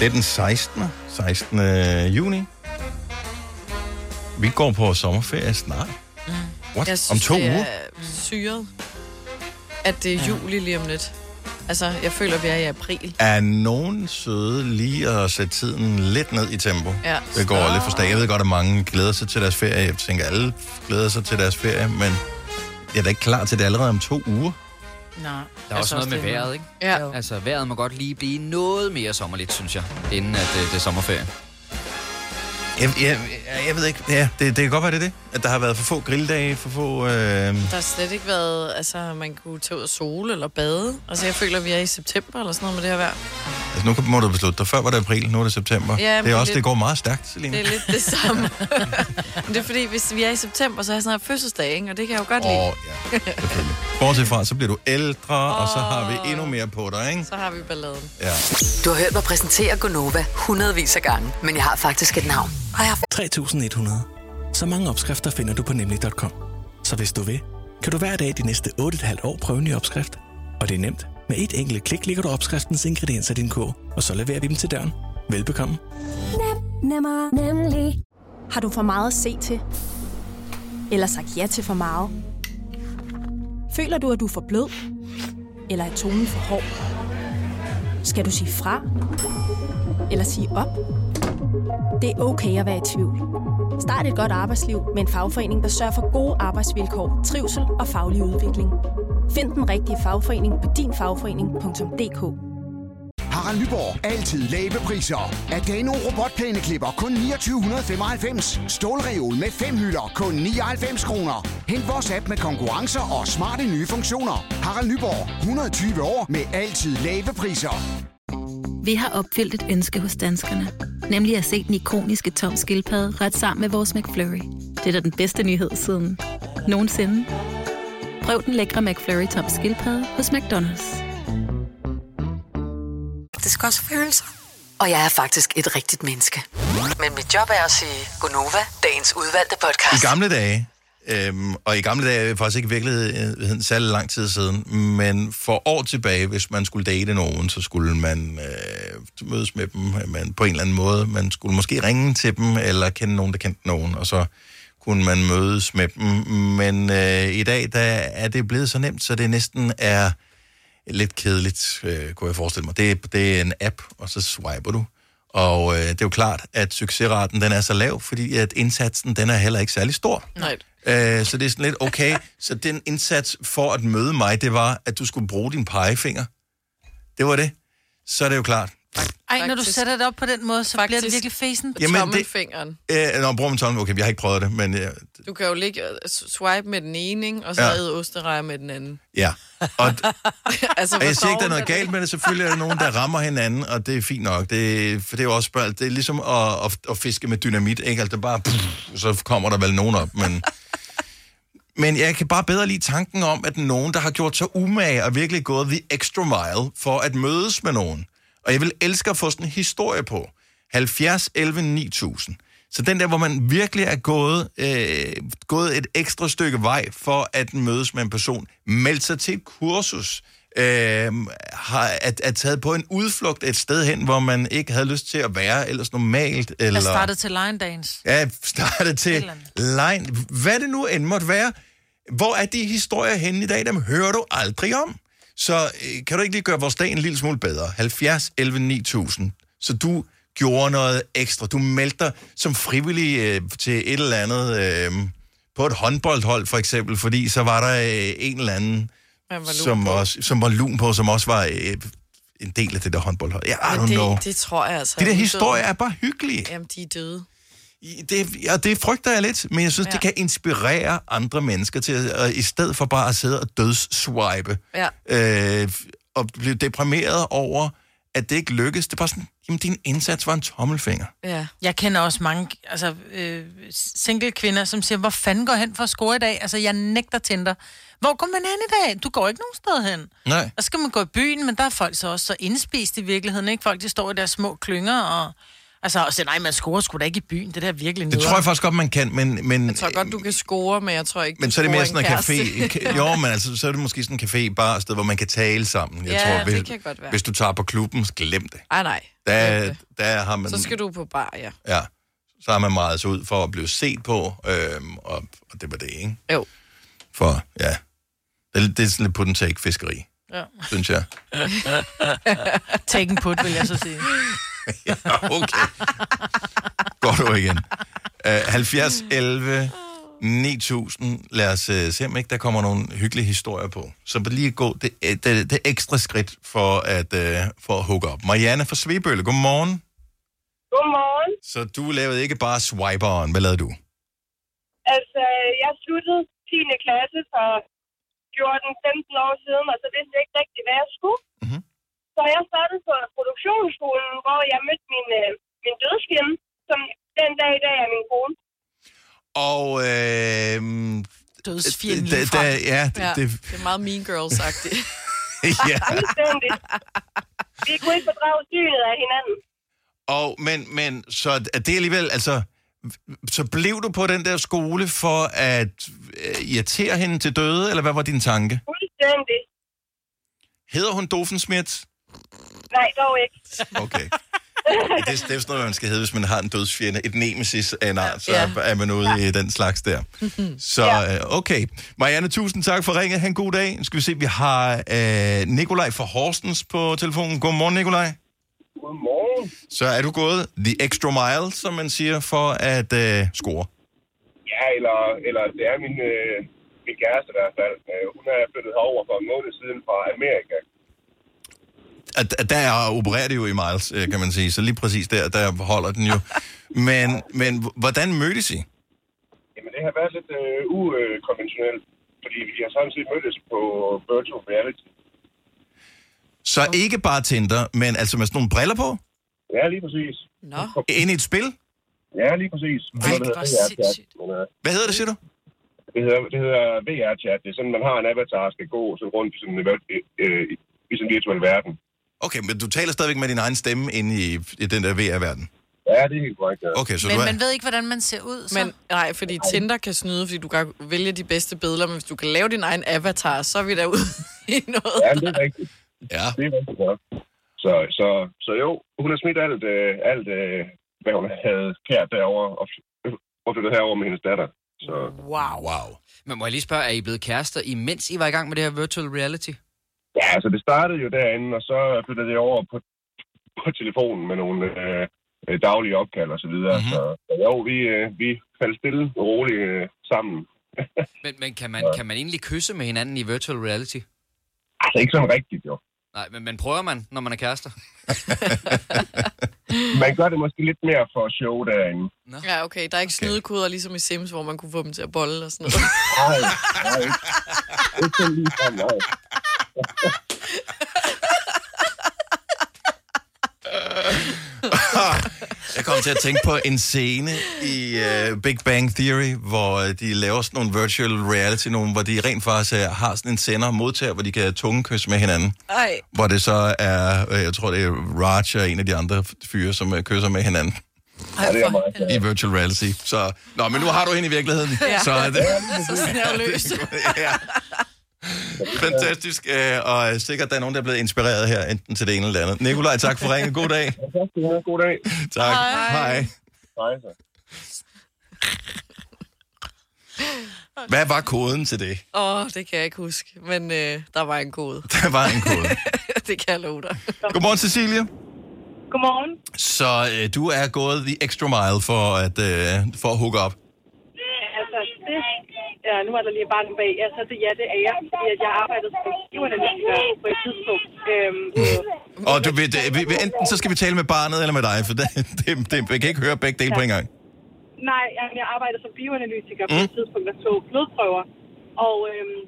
Speaker 1: Det er den 16. 16. juni. Vi går på sommerferie snart. What?
Speaker 4: Jeg
Speaker 1: Om to
Speaker 4: det
Speaker 1: uger?
Speaker 4: er syret, at det er juli lige om lidt. Altså, jeg føler, vi er i april.
Speaker 1: Er nogen søde lige at sætte tiden lidt ned i tempo?
Speaker 4: Ja.
Speaker 1: Det går lidt for stærkt. Jeg ved godt, at mange glæder sig til deres ferie. Jeg tænker, alle glæder sig til deres ferie, men jeg er da ikke klar til det allerede om to uger.
Speaker 2: Nej. altså
Speaker 3: Der er også noget med vejret, ikke?
Speaker 4: Ja.
Speaker 3: Altså, vejret må godt lige blive noget mere sommerligt, synes jeg, inden at øh, det, det er sommerferie.
Speaker 1: Jeg, jeg, jeg, jeg ved ikke. Ja, det, det kan godt være, det er det. At der har været for få grilldage, for få... Øh...
Speaker 4: Der har slet ikke været, altså, man kunne tage ud og sole eller bade. Altså, jeg føler, vi er i september eller sådan noget med det her vejr.
Speaker 1: Altså, nu må du beslutte dig. Før var det april, nu er det september.
Speaker 4: Ja,
Speaker 1: det
Speaker 4: men
Speaker 1: er også,
Speaker 4: lidt-
Speaker 1: det går meget stærkt, Selina.
Speaker 4: Det er lidt det samme. Men det er fordi, hvis vi er i september, så har jeg snart fødselsdag, ikke? Og det kan jeg jo godt lide.
Speaker 1: Åh, Bortset fra, så bliver du ældre, og så har vi endnu mere på dig, ikke?
Speaker 4: Så har vi balladen.
Speaker 1: Ja.
Speaker 5: Du har hørt mig præsentere Gunova hundredvis af gange, men jeg har faktisk et navn.
Speaker 11: 3.100. Så mange opskrifter finder du på nemlig.com. Så hvis du vil, kan du hver dag de næste 8,5 år prøve en ny opskrift. Og det er nemt. Med et enkelt klik ligger du opskriftens ingredienser i din kog, og så leverer vi dem til døren. Velbekomme.
Speaker 12: Nem, nemmer, nemlig. Har du for meget at se til? Eller sagt ja til for meget? Føler du, at du er for blød? Eller er tonen for hård? Skal du sige fra? Eller sige op? Det er okay at være i tvivl. Start et godt arbejdsliv med en fagforening, der sørger for gode arbejdsvilkår, trivsel og faglig udvikling. Find den rigtige fagforening på dinfagforening.dk.
Speaker 13: Harald Nyborg. Altid lave priser. Adano robotplæneklipper kun 2995. Stålreol med fem hylder kun 99 kroner. Hent vores app med konkurrencer og smarte nye funktioner. Harald Nyborg. 120 år med altid lave priser.
Speaker 14: Vi har opfyldt et ønske hos danskerne. Nemlig at se den ikoniske tom skildpadde ret sammen med vores McFlurry. Det er da den bedste nyhed siden nogensinde. Prøv den lækre McFlurry tom skildpadde hos McDonald's.
Speaker 5: Det skal også føles. Og jeg er faktisk et rigtigt menneske. Men mit job er at sige Gunova, dagens udvalgte podcast.
Speaker 1: I gamle dage, øhm, og i gamle dage er det faktisk ikke i virkeligheden særlig lang tid siden, men for år tilbage, hvis man skulle date nogen, så skulle man øh, mødes med dem øh, man, på en eller anden måde. Man skulle måske ringe til dem, eller kende nogen, der kendte nogen, og så kunne man mødes med dem. Men øh, i dag der er det blevet så nemt, så det næsten er lidt kedeligt, øh, kunne jeg forestille mig. Det, det er en app, og så swiper du. Og øh, det er jo klart, at succesraten den er så lav, fordi at indsatsen den er heller ikke særlig stor.
Speaker 4: Nej.
Speaker 1: Øh, så det er sådan lidt, okay, så den indsats for at møde mig, det var, at du skulle bruge din pegefinger. Det var det. Så er det jo klart,
Speaker 2: Ej, når du sætter det op på den måde, så Faktisk. bliver det virkelig fæsen.
Speaker 1: [LAUGHS] Jamen, det-
Speaker 4: Tommelfingeren.
Speaker 1: Øh, nå, bruger man tommel. Okay, jeg har ikke prøvet det, men øh,
Speaker 4: Du kan jo ligge og s- swipe med den ene, ikke? og så
Speaker 1: Ja.
Speaker 4: ja. æde osterejer med den
Speaker 1: [LAUGHS]
Speaker 4: anden.
Speaker 1: ja. Og,
Speaker 4: altså,
Speaker 1: og jeg siger ikke,
Speaker 4: hvornår-
Speaker 1: der er noget galt med det. Selvfølgelig er der nogen, der rammer hinanden, og det er fint nok. Det, for det er jo også børn. Det er ligesom at, at, at fiske med dynamit, ikke? Altså, det er bare, pff, så kommer der vel nogen op, men... Men jeg kan bare bedre lide tanken om, at nogen, der har gjort sig umage og virkelig gået the extra mile for at mødes med nogen. Og jeg vil elske at få sådan en historie på. 70, 11, 9000. Så den der, hvor man virkelig er gået, øh, gået et ekstra stykke vej for at mødes med en person, meldt sig til et kursus, øh, har, er, er taget på en udflugt et sted hen, hvor man ikke havde lyst til at være ellers normalt. Eller...
Speaker 2: Jeg startede til Lion Dance.
Speaker 1: Ja, startet til line. Hvad det nu end måtte være. Hvor er de historier henne i dag? Dem hører du aldrig om. Så øh, kan du ikke lige gøre vores dag en lille smule bedre? 70 11 9000. Så du gjorde noget ekstra. Du meldte dig som frivillig øh, til et eller andet... Øh, på et håndboldhold for eksempel, fordi så var der øh, en eller anden,
Speaker 4: Man var lun
Speaker 1: som, også, som var lun på, som også var øh, en del af det der håndboldhold. Ja, I don't
Speaker 4: Men
Speaker 1: know.
Speaker 4: det, det tror jeg altså.
Speaker 1: De der
Speaker 4: er
Speaker 1: historier
Speaker 4: døde.
Speaker 1: er bare hyggelige.
Speaker 4: Jamen, de er døde.
Speaker 1: det, og det frygter jeg lidt, men jeg synes, ja.
Speaker 4: Ja.
Speaker 1: det kan inspirere andre mennesker til, at, at i stedet for bare at sidde og dødsswipe,
Speaker 4: Ja.
Speaker 1: øh, og blive deprimeret over, at det ikke lykkes. Det er bare sådan, jamen din indsats var en tommelfinger.
Speaker 4: Ja.
Speaker 2: Jeg kender også mange altså, øh, single kvinder, som siger, hvor fanden går jeg hen for at score i dag? Altså, jeg nægter Tinder. Hvor går man hen i dag? Du går ikke nogen sted hen.
Speaker 1: Nej.
Speaker 2: Og så skal man gå i byen, men der er folk så også så indspist i virkeligheden, ikke? Folk, de står i deres små klynger og... Altså, og siger, nej, man scorer sgu da ikke i byen. Det der er virkelig noget.
Speaker 1: Det tror jeg faktisk godt, man kan, men, men,
Speaker 4: Jeg tror godt, du kan score, men jeg tror ikke,
Speaker 1: men
Speaker 4: du
Speaker 1: så er det mere
Speaker 4: scorer
Speaker 1: sådan en
Speaker 4: en
Speaker 1: café.
Speaker 4: kæreste.
Speaker 1: Jo, men altså, så er det måske sådan en café bar et sted, hvor man kan tale sammen. Jeg
Speaker 4: Ja,
Speaker 1: tror,
Speaker 4: det
Speaker 1: hvis,
Speaker 4: kan godt være.
Speaker 1: hvis du tager på klubben, så glem det.
Speaker 4: Ej, nej.
Speaker 1: Der, der har man...
Speaker 4: Så skal du på bar, ja.
Speaker 1: Ja, så har man meget sig ud for at blive set på, øhm, og, og det var det, ikke?
Speaker 4: Jo.
Speaker 1: For, ja, det, er lidt- det er sådan lidt put and take fiskeri,
Speaker 2: Ja.
Speaker 1: synes jeg.
Speaker 2: [LAUGHS] Take en put, vil jeg så sige.
Speaker 1: [LAUGHS] ja, okay. Godt over igen. Uh, 70, 11, 9000. Lad os uh, se, om ikke der kommer nogle hyggelige historier på. Så lige gå det, det, det ekstra skridt for at, uh, for at hugge op. Marianne fra Svebølle, godmorgen.
Speaker 9: Godmorgen.
Speaker 1: Så du lavede ikke bare swiperen. Hvad lavede du?
Speaker 9: Altså, jeg sluttede 10. klasse for 14-15 år siden, og så vidste jeg ikke rigtig, hvad jeg skulle.
Speaker 1: Mhm.
Speaker 9: Så jeg startede på produktionsskolen, hvor jeg mødte min, øh, min dødskende, som den dag i dag er min kone.
Speaker 1: Og øh,
Speaker 4: Dødsfjenden
Speaker 1: da- da- ja, det-
Speaker 4: det,
Speaker 1: det-
Speaker 4: det er meget Mean Girls-agtigt.
Speaker 1: [LAUGHS]
Speaker 15: [LAUGHS]
Speaker 1: ja.
Speaker 9: Fuldstændig. Vi kunne ikke fordrage synet af hinanden.
Speaker 1: Og, men, men, så er det alligevel, altså, så blev du på den der skole for at øh, irritere hende til døde, eller hvad var din tanke?
Speaker 9: Fuldstændig.
Speaker 1: Hedder hun Doofenschmidt?
Speaker 9: Nej, dog ikke.
Speaker 1: Okay. Det, det er sådan noget, man skal hedde, hvis man har en dødsfjende. Et nemesis af en art, så ja. er man ude i den slags der. Så øh, okay. Marianne, tusind tak for ringet. Ha' en god dag. Nu skal vi se, vi har øh, Nikolaj fra Horsens på telefonen. Godmorgen, Nikolaj.
Speaker 15: Godmorgen.
Speaker 1: Så er du gået the extra mile, som man siger, for at øh, score.
Speaker 15: Ja, eller, eller det er min, øh, min kæreste i hvert fald. Øh, hun er flyttet herover for en måned siden fra Amerika.
Speaker 1: at, at der opererer det jo i miles, øh, kan man sige. Så lige præcis der, der holder den jo. Men, men h- hvordan mødtes I?
Speaker 15: Jamen, det har været lidt øh, ukonventionelt, fordi vi har sådan set mødtes på virtual reality.
Speaker 1: Så ikke bare Tinder, men altså med sådan nogle briller på?
Speaker 15: Ja, lige præcis.
Speaker 4: Nå.
Speaker 1: Inde i et spil?
Speaker 15: Ja, lige præcis.
Speaker 1: Vildt, hvor sindssygt. Hvad hedder det, siger du?
Speaker 15: Det hedder, det hedder VR-chat. Det er sådan, man har en avatar, der skal gå sådan rundt i sådan, en vir- øh, i- i sådan en virtuel verden.
Speaker 1: Okay, men du taler stadigvæk med din egen stemme inde i, i den der VR-verden.
Speaker 15: Ja, det er helt korrekt, ja.
Speaker 1: Okay, så
Speaker 2: Men
Speaker 1: Altså, du er...
Speaker 2: man ved ikke, hvordan man ser ud. Så.
Speaker 4: Men nej, fordi Tinder kan snyde, fordi du kan vælge de bedste billeder, men hvis du kan lave din egen avatar, så er vi derude [LAUGHS] i noget.
Speaker 15: Ja, det er rigtigt.
Speaker 1: Ja.
Speaker 15: Det er rigtigt, ja. Så, så, så jo, hun har smidt alt, øh, alt øh, hvad hun havde kært derovre, og, og flyttet herover med hendes datter. Så.
Speaker 4: Wow.
Speaker 1: wow.
Speaker 3: Men må jeg lige spørge, er I blevet kærester, imens I var i gang med det her virtual reality?
Speaker 15: Ja, altså det startede jo derinde, og så flyttede det over på, på telefonen med nogle øh, øh, daglige opkald og så videre.
Speaker 1: Mhm.
Speaker 15: Mm-hmm. Så, så jo, vi, øh, vi faldt stille og roligt øh, sammen.
Speaker 3: Men, men kan, man, kan man egentlig kysse med hinanden i virtual reality?
Speaker 15: Altså ikke sådan rigtigt, jo.
Speaker 3: Nej, men, men prøver man, når man er kærester?
Speaker 15: Man gør det måske lidt mere for show derinde.
Speaker 4: Ja, okay. Der er ikke okay. snydekoder ligesom i Sims, hvor man kunne få dem til at bolle og sådan noget.
Speaker 15: [LAUGHS] Nej, nej. Ikke sådan lige fra nej.
Speaker 1: [LAUGHS] Jeg kom til at tænke på en scene i uh, Big Bang Theory, hvor øh, de laver sådan nogle virtual reality, nogle, hvor de rent faktisk øh, har sådan en sender og modtager, hvor de kan tungekysse med hinanden.
Speaker 4: Ej.
Speaker 1: Hvor det så er, øh, jeg tror det er Raj og en af de andre fyre, som øh, kysser med hinanden.
Speaker 4: Ej, det er mig.
Speaker 1: I virtual reality. Så, nå, men nu har du hende i virkeligheden.
Speaker 4: Ja.
Speaker 1: [LAUGHS] Så øh, er det
Speaker 4: Så snævløst.
Speaker 1: [LAUGHS] ja. [LAUGHS] fantastisk, øh, og sikkert der er nogen, der er blevet inspireret her, enten til det ene eller det andet. Nikolaj, tak for ringen. God dag.
Speaker 15: Ja, tak skal du have. God dag.
Speaker 1: Tak.
Speaker 15: Hej.
Speaker 1: Hej.
Speaker 15: Hej så.
Speaker 1: Hvad var koden til det? [LAUGHS]
Speaker 4: Åh, oh, det kan jeg ikke huske, men øh, der var en kode.
Speaker 1: Der var en kode.
Speaker 4: det kan jeg love dig.
Speaker 1: Godmorgen, Cecilie.
Speaker 9: Godmorgen.
Speaker 1: Så øh, du er gået the extra mile for at, øh, for at hook op.
Speaker 9: Altså, det... Ja, nu er der lige et barn bag. Altså, det, ja, det er jeg, fordi at jeg arbejdede som skiveranalytiker på et tidspunkt. Øhm,
Speaker 1: Mm. Og du, ved, øh, vi, vi- enten så skal vi tale med barnet eller med dig, for [LAUGHS] det, det, det, jeg kan ikke høre begge dele på en gang.
Speaker 9: nej, jamen, jeg arbejdede som bioanalytiker på
Speaker 1: Mm.
Speaker 9: et tidspunkt, der tog blodprøver. Og, øhm,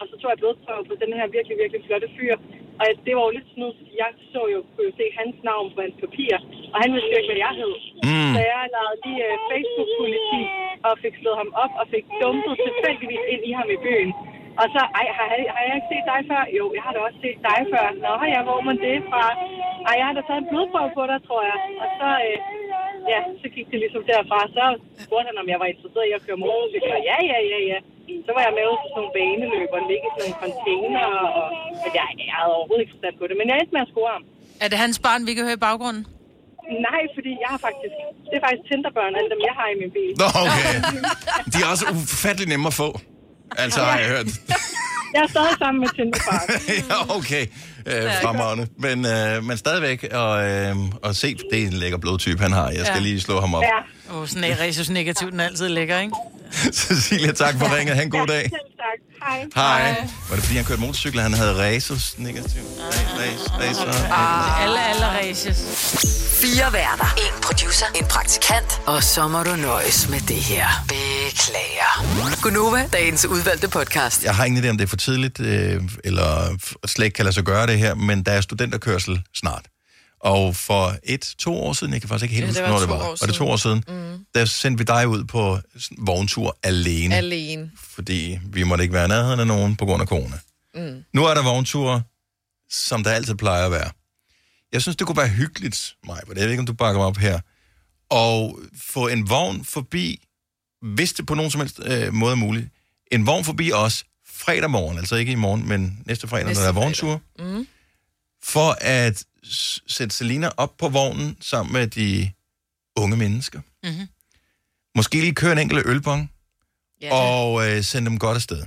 Speaker 9: og så tog jeg blodprøver på den her virkelig, virkelig flotte fyr. Og det var jo lidt snyd, fordi jeg så jo, kunne jo se hans navn på hans papir, og han vidste jo ikke, hvad jeg hed.
Speaker 16: Mm.
Speaker 9: Så jeg lavede lige øh, Facebook-politi og fik slået ham op og fik dumpet tilfældigvis ind i ham i byen. Og så, ej, har jeg, har jeg ikke set dig før? Jo, jeg har da også set dig før. Nå, har jeg, hvor man det er fra? Ej, jeg har da taget en blodprøve på dig, tror jeg. Og så, øh, ja, så gik det ligesom derfra. Så spurgte han, om jeg var interesseret i at køre motorcykel. Og ja, ja, ja, ja. Så var jeg med ud til sådan nogle baneløb og ligge i sådan nogle container. Og, men jeg, jeg havde overhovedet ikke forstand på det. Men jeg endte med at score ham.
Speaker 2: Er det hans barn, vi kan høre i baggrunden?
Speaker 9: Nej, fordi jeg har faktisk... Det er faktisk Tinderbørn, alle dem, jeg har i min bil.
Speaker 1: Nå, okay. De er også ufattelig nemme at få. Altså, har jeg hørt. [LAUGHS]
Speaker 9: Jeg er stadig sammen med Tinderbørn.
Speaker 1: ja, okay. Øh, fremragende. Men, øh, men stadigvæk, og, øh, og se, det er en lækker blodtype, han har. Jeg skal
Speaker 2: Ja.
Speaker 1: lige slå ham op. [LAUGHS]
Speaker 2: Ja. Åh, oh, sådan en resus negativ, den er altid lækker, ikke?
Speaker 1: Cecilia, tak for ringet. Ha' en god dag.
Speaker 9: tak. Hej.
Speaker 1: Hej. Var det fordi, han kørte motorcykel, og han havde racers negativ? Race, race, race.
Speaker 4: Ah.
Speaker 2: Alle, alle races.
Speaker 5: Fire værter. En producer. En praktikant. Og så må du nøjes med det her. Beklager. Gunova, dagens udvalgte podcast.
Speaker 1: Jeg har ingen idé, om det er for tidligt, øh, eller f- slet ikke kan lade sig gøre det her, men der er studenterkørsel snart. Og for et, to år siden, jeg kan faktisk ikke helt
Speaker 4: Ja, det var
Speaker 1: huske, når det
Speaker 4: to år
Speaker 1: var. Var det to
Speaker 4: siden.
Speaker 1: år siden? Mm. Der sendte vi dig ud på sådan en vogntur alene, Al-
Speaker 4: Alene.
Speaker 1: fordi vi måtte ikke være i nærheden af nogen på grund af corona.
Speaker 4: Mm.
Speaker 1: Nu er der vognture, som der altid plejer at være. Jeg synes, det kunne være hyggeligt, Maja, jeg ved ikke, om du bakker mig op her, og få en vogn forbi, hvis det på nogen som helst øh, måde er muligt, en vogn forbi os fredag morgen, altså ikke i morgen, men næste fredag, næste når
Speaker 17: Næste
Speaker 1: der er vogntur,
Speaker 17: Mm.
Speaker 1: for at s- sætte Selina op på vognen sammen med de unge mennesker.
Speaker 2: Mm-hmm.
Speaker 1: Måske lige køre en enkelt ølbong,
Speaker 4: Ja.
Speaker 1: og øh, sende dem godt afsted.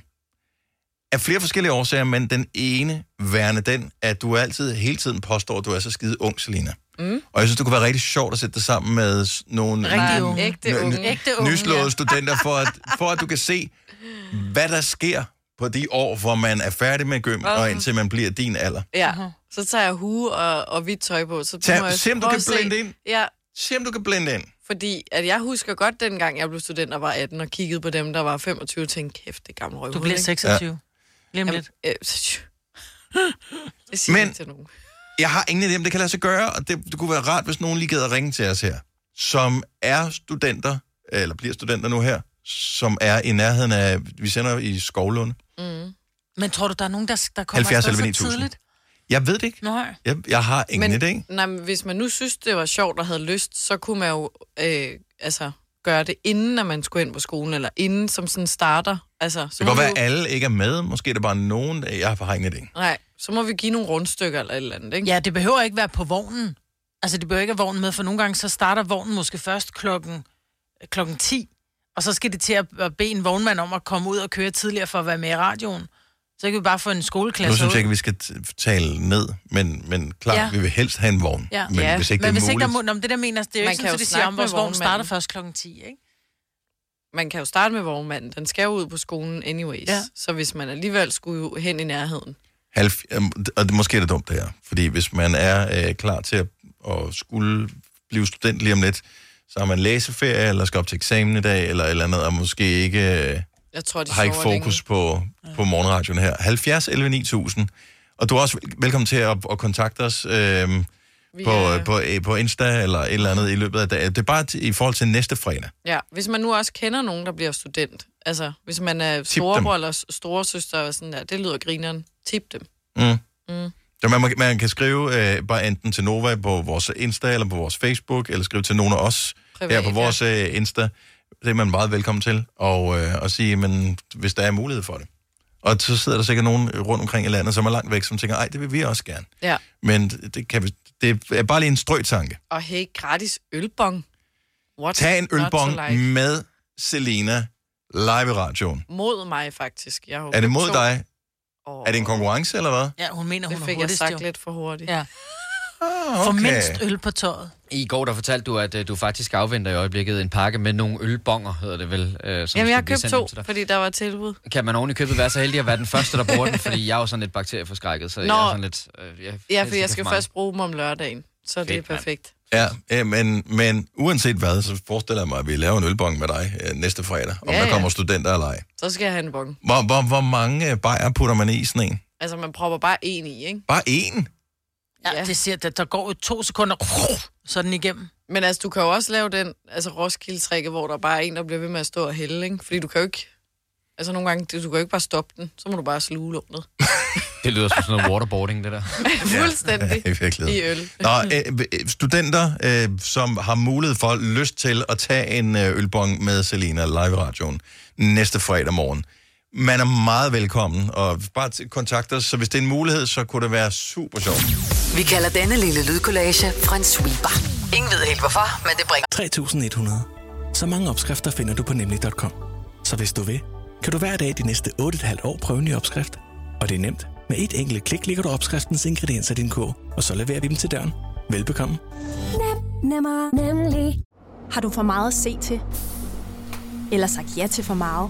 Speaker 1: Af flere forskellige årsager, men den ene værende den, at du altid hele tiden påstår, at du er så skide ung, Selina.
Speaker 4: Mm.
Speaker 1: Og jeg synes, det kunne være rigtig sjovt at sætte dig sammen med s- nogle
Speaker 4: Rigtig
Speaker 1: nye-
Speaker 4: unge. Ægte
Speaker 1: n-
Speaker 4: unge.
Speaker 1: n-
Speaker 4: Ægte unge,
Speaker 1: nyslåede
Speaker 4: ja.
Speaker 1: studenter, for at, for at du kan se, hvad der sker på de år, hvor man er færdig med gym, og
Speaker 4: Åh.
Speaker 1: indtil man bliver din alder.
Speaker 4: Ja, så tager jeg hue og, og hvidt tøj på. Så
Speaker 1: Tag-
Speaker 4: må jeg
Speaker 1: se, om du
Speaker 4: prøve
Speaker 1: kan
Speaker 4: at se.
Speaker 1: blende ind.
Speaker 4: Ja,
Speaker 1: Se om du kan blende ind.
Speaker 4: fordi at jeg husker godt, dengang jeg blev student og var 18, og kiggede på dem, der var 25, og tænkte, kæft, det gamle røv.
Speaker 2: Du bliver 26. Lige om lidt.
Speaker 4: Øh, [LAUGHS] det siger Men...
Speaker 1: Men-
Speaker 4: ikke til nogen.
Speaker 1: Jeg har ingen idé, om det kan lade sig gøre, og det, det kunne være rart, hvis nogen lige gider at ringe til os her, som er studenter, eller bliver studenter nu her, som er i nærheden af, vi sender i Skovlunde.
Speaker 2: Mm. Men tror du, der er nogen, der, der kommer
Speaker 1: 70
Speaker 2: afsted så
Speaker 1: 11 9000.
Speaker 2: tidligt?
Speaker 1: Jeg ved det ikke.
Speaker 2: Nej.
Speaker 1: Jeg, jeg har ingen men, idé.
Speaker 4: Nej, men hvis man nu synes, det var sjovt og havde lyst, så kunne man jo øh, altså, gøre det, inden at man skulle ind på skolen, eller inden som sådan starter. Altså, så
Speaker 1: Det kan
Speaker 4: må
Speaker 1: godt
Speaker 4: vi
Speaker 1: være,
Speaker 4: jo-
Speaker 1: at alle ikke er med. Måske er der bare nogen. Jeg har ingen idé.
Speaker 4: Nej, så må vi give nogle rundstykker eller et eller andet, ikke?
Speaker 2: Ja, det behøver ikke være på vognen. Altså, det behøver ikke at være vognen med, for nogle gange så starter vognen måske først klokken, øh, klokken 10, og så skal det til at at bede en vognmand om at komme ud og køre tidligere for at være med i radioen. Så kan vi bare få en
Speaker 1: Nu
Speaker 2: skoleklasse
Speaker 1: synes jeg ikke,
Speaker 2: ud.
Speaker 1: at vi skal t- tale ned, men, men klart,
Speaker 2: Ja.
Speaker 1: ja. vi vil helst have en vogn.
Speaker 2: Ja.
Speaker 1: Men hvis ikke
Speaker 2: Men
Speaker 1: det er
Speaker 2: hvis ikke
Speaker 1: muligt...
Speaker 2: der må... Nå, men det der mener, det er jo
Speaker 4: Man
Speaker 2: ikke
Speaker 4: kan
Speaker 2: sådan,
Speaker 4: jo
Speaker 2: at de siger,
Speaker 4: snakke
Speaker 2: om vores
Speaker 4: med
Speaker 2: vogn starter
Speaker 4: vognmanden.
Speaker 2: først klokken 10, ikke?
Speaker 4: Man kan jo starte med vognmanden. Den skal jo ud på skolen anyways. Ja. Så hvis man alligevel skulle jo hen i nærheden,
Speaker 1: Halv, øhm, og det, måske er det dumt, det her. Fordi hvis man er øh, klar til at, at skulle blive student lige om lidt, så har man læseferie, eller skal op til eksamen i dag, eller et eller andet, og måske ikke... Øh,
Speaker 4: Jeg tror, de
Speaker 1: har ikke
Speaker 4: sover
Speaker 1: fokus på, på morgenradioen her. 70 11 9000. Og du er også vel- velkommen til at, at kontakte os øhm, på, øh, på, øh, på Insta eller et eller andet i løbet af dagen. Det er bare til- i forhold til næste fredag.
Speaker 4: Ja, hvis man nu også kender nogen, der bliver student. Altså, hvis man er storebror eller s- storesøster og sådan der, det lyder grineren. Tip dem.
Speaker 1: Mm.
Speaker 4: Mm.
Speaker 1: Så man, må- man kan skrive øh, bare enten til Nova på vores Insta eller på vores Facebook, eller skrive til nogen af os
Speaker 4: Privat,
Speaker 1: her på vores øh, Insta. Det er man meget velkommen til, og, øh, og sige, men, hvis der er mulighed for det. Og så sidder der sikkert nogen rundt omkring i landet, som er langt væk, som tænker, ej, det vil vi også gerne.
Speaker 4: Ja.
Speaker 1: Men det, kan vi, det er bare lige en strøtanke.
Speaker 4: Og hey, gratis ølbong. What?
Speaker 1: Tag en ølbong Mm.
Speaker 4: Like.
Speaker 1: med Selena live i radioen.
Speaker 4: Mod mig, faktisk. Jeg har jo
Speaker 1: Er det
Speaker 4: købt
Speaker 1: mod
Speaker 4: to.
Speaker 1: dig? Er det en konkurrence, eller hvad?
Speaker 2: Ja, hun mener, hun
Speaker 4: det
Speaker 2: er
Speaker 4: fik jeg
Speaker 2: hurtigst,
Speaker 4: sagt
Speaker 2: jo.
Speaker 4: lidt for hurtigt.
Speaker 2: Ja.
Speaker 1: Ah,
Speaker 2: For mindst øl på tøjet.
Speaker 3: I går der fortalte du, at øh, du faktisk afventer i øjeblikket en pakke med nogle ølbonger, hedder det vel? Øh, som
Speaker 4: Jamen, jeg har
Speaker 3: skal blive
Speaker 4: købt
Speaker 3: sendt hjem
Speaker 4: to,
Speaker 3: til dig.
Speaker 4: fordi der var tilbud.
Speaker 3: Kan man oven i købet være så heldig at være den første, der bruger den? Fordi jeg er jo sådan lidt bakterieforskrækket, så Nå.
Speaker 4: Nå.
Speaker 3: jeg er sådan lidt... Øh, jeg
Speaker 2: Altså,
Speaker 4: Ja,
Speaker 3: helst
Speaker 4: for
Speaker 3: ikke
Speaker 4: jeg
Speaker 3: for
Speaker 4: skal
Speaker 3: mange.
Speaker 4: først bruge dem om lørdagen, så det er
Speaker 3: Fedt, mand.
Speaker 4: perfekt.
Speaker 1: Ja, øh, men, men uanset hvad, så forestiller jeg mig, at vi laver en ølbong med dig øh, næste fredag, om
Speaker 4: Ja,
Speaker 1: ja, der
Speaker 4: ja.
Speaker 1: kommer studenter eller ej.
Speaker 4: Så skal jeg have en bong.
Speaker 1: Hvor, hvor, hvor mange øh, bajer putter man i sådan en?
Speaker 4: Altså, man propper bare en i, ikke?
Speaker 1: Bare en?
Speaker 2: Ja, ja. det siger, at der går jo to sekunder, så er den igennem.
Speaker 4: Men altså, du kan jo også lave den altså roskilde hvor der bare er en, der bliver ved med at stå og hælde, ikke? Fordi du kan jo ikke... Altså, nogle gange, du kan jo ikke bare stoppe den. Så må du bare
Speaker 2: [LAUGHS]
Speaker 4: sluge lånet.
Speaker 3: Det lyder som sådan noget waterboarding, det der.
Speaker 4: [LAUGHS] [LAUGHS] Fuldstændig.
Speaker 1: Ja, i virkeligheden.
Speaker 4: I øl.
Speaker 1: [LAUGHS] Nå, øh, øh, studenter, øh, som har mulighed for lyst til at tage en øh, ølbong med Selena live i radioen næste fredag morgen. Man er meget velkommen, og bare t- kontakt os, så hvis det er en mulighed, så kunne det være super sjovt.
Speaker 5: Vi kalder denne lille lydkollage en sweeper. Ingen ved helt hvorfor, men det bringer
Speaker 11: 3100. Så mange opskrifter finder du på nemlig.com. Så hvis du vil, kan du hver dag de næste 8,5 år prøve en ny opskrift. Og det er nemt. Med et enkelt klik ligger du opskriftens ingredienser i din kog, og så leverer vi dem til døren. Velbekomme.
Speaker 12: Nemmer, nemlig. Har du for meget at se til? Eller sagt ja til for meget?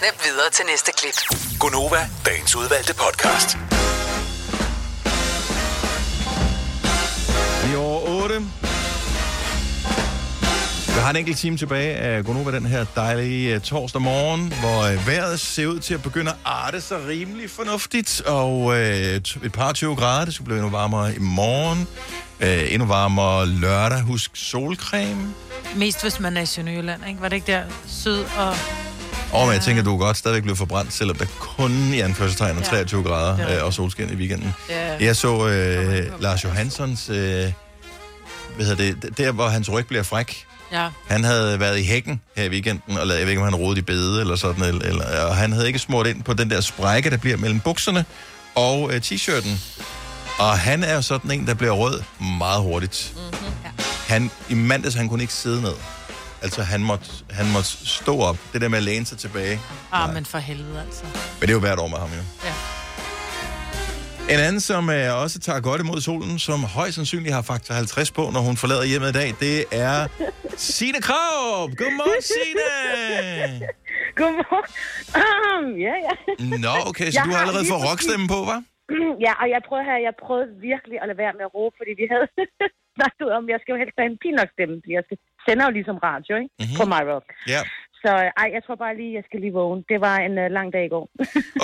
Speaker 5: Snap videre til næste klip.
Speaker 7: Gunova, dagens udvalgte podcast.
Speaker 1: Vi er over 8. Vi har en enkelt time tilbage af Gonova den her dejlige øh, torsdag morgen, hvor øh, vejret ser ud til at begynde at arte sig rimelig fornuftigt, og øh, t- et par 20 grader, det skal blive endnu varmere i morgen, øh, endnu varmere lørdag, husk solcreme,
Speaker 2: Mest hvis man er i Sønderjylland, ikke? Var det ikke der syd og...
Speaker 1: og men jeg tænker, du kan godt stadigvæk blive forbrændt, selvom der kun i anførselstegn er 23
Speaker 2: Det er
Speaker 1: grader
Speaker 2: rigtigt.
Speaker 1: øh, og solskin i weekenden.
Speaker 2: Ja.
Speaker 1: Jeg så øh, Lars Johanssons, øh, hvad hedder det, der hvor hans ryg bliver fræk,
Speaker 2: Ja.
Speaker 1: Han havde været i hækken her i weekenden, og lavet, jeg ved ikke, om han rodede i bede eller sådan, eller, eller, og han havde ikke smurt ind på den der sprække, der bliver mellem bukserne og øh, t-shirten. Og han er jo sådan en, der bliver rød meget hurtigt. Mm-hmm. Han, I mandags, han kunne ikke sidde ned. Altså, han måtte, han måtte stå op. Det der med at læne sig tilbage.
Speaker 2: Ah, men for helvede, altså.
Speaker 1: Men det er jo hvert år med ham, jo.
Speaker 2: Ja.
Speaker 1: En anden, som øh, også tager godt imod solen, som højst sandsynligt har faktor 50 på, når hun forlader hjemmet i dag, det er Signe Krav.
Speaker 16: [LAUGHS]
Speaker 1: Godmorgen, Signe!
Speaker 16: Godmorgen. [CLEARS THROAT] ja, ja.
Speaker 1: Nå, okay, så
Speaker 16: Jeg
Speaker 1: du har allerede
Speaker 16: lige
Speaker 1: fået
Speaker 16: præcis-
Speaker 1: rockstemmen på, hva'?
Speaker 16: Ja, og jeg prøvede, her, jeg prøvede virkelig at lade være med at råbe, fordi vi havde [LAUGHS] snakket om, at jeg skal jo helst have en pinok stemme, fordi jeg skal, sender jo ligesom radio, ikke?
Speaker 1: Mhm.
Speaker 16: Mm-hmm. På My Rock.
Speaker 1: Ja.
Speaker 16: Så øh, ej, jeg tror bare lige, jeg skal lige vågne. Det var en uh, lang dag i går.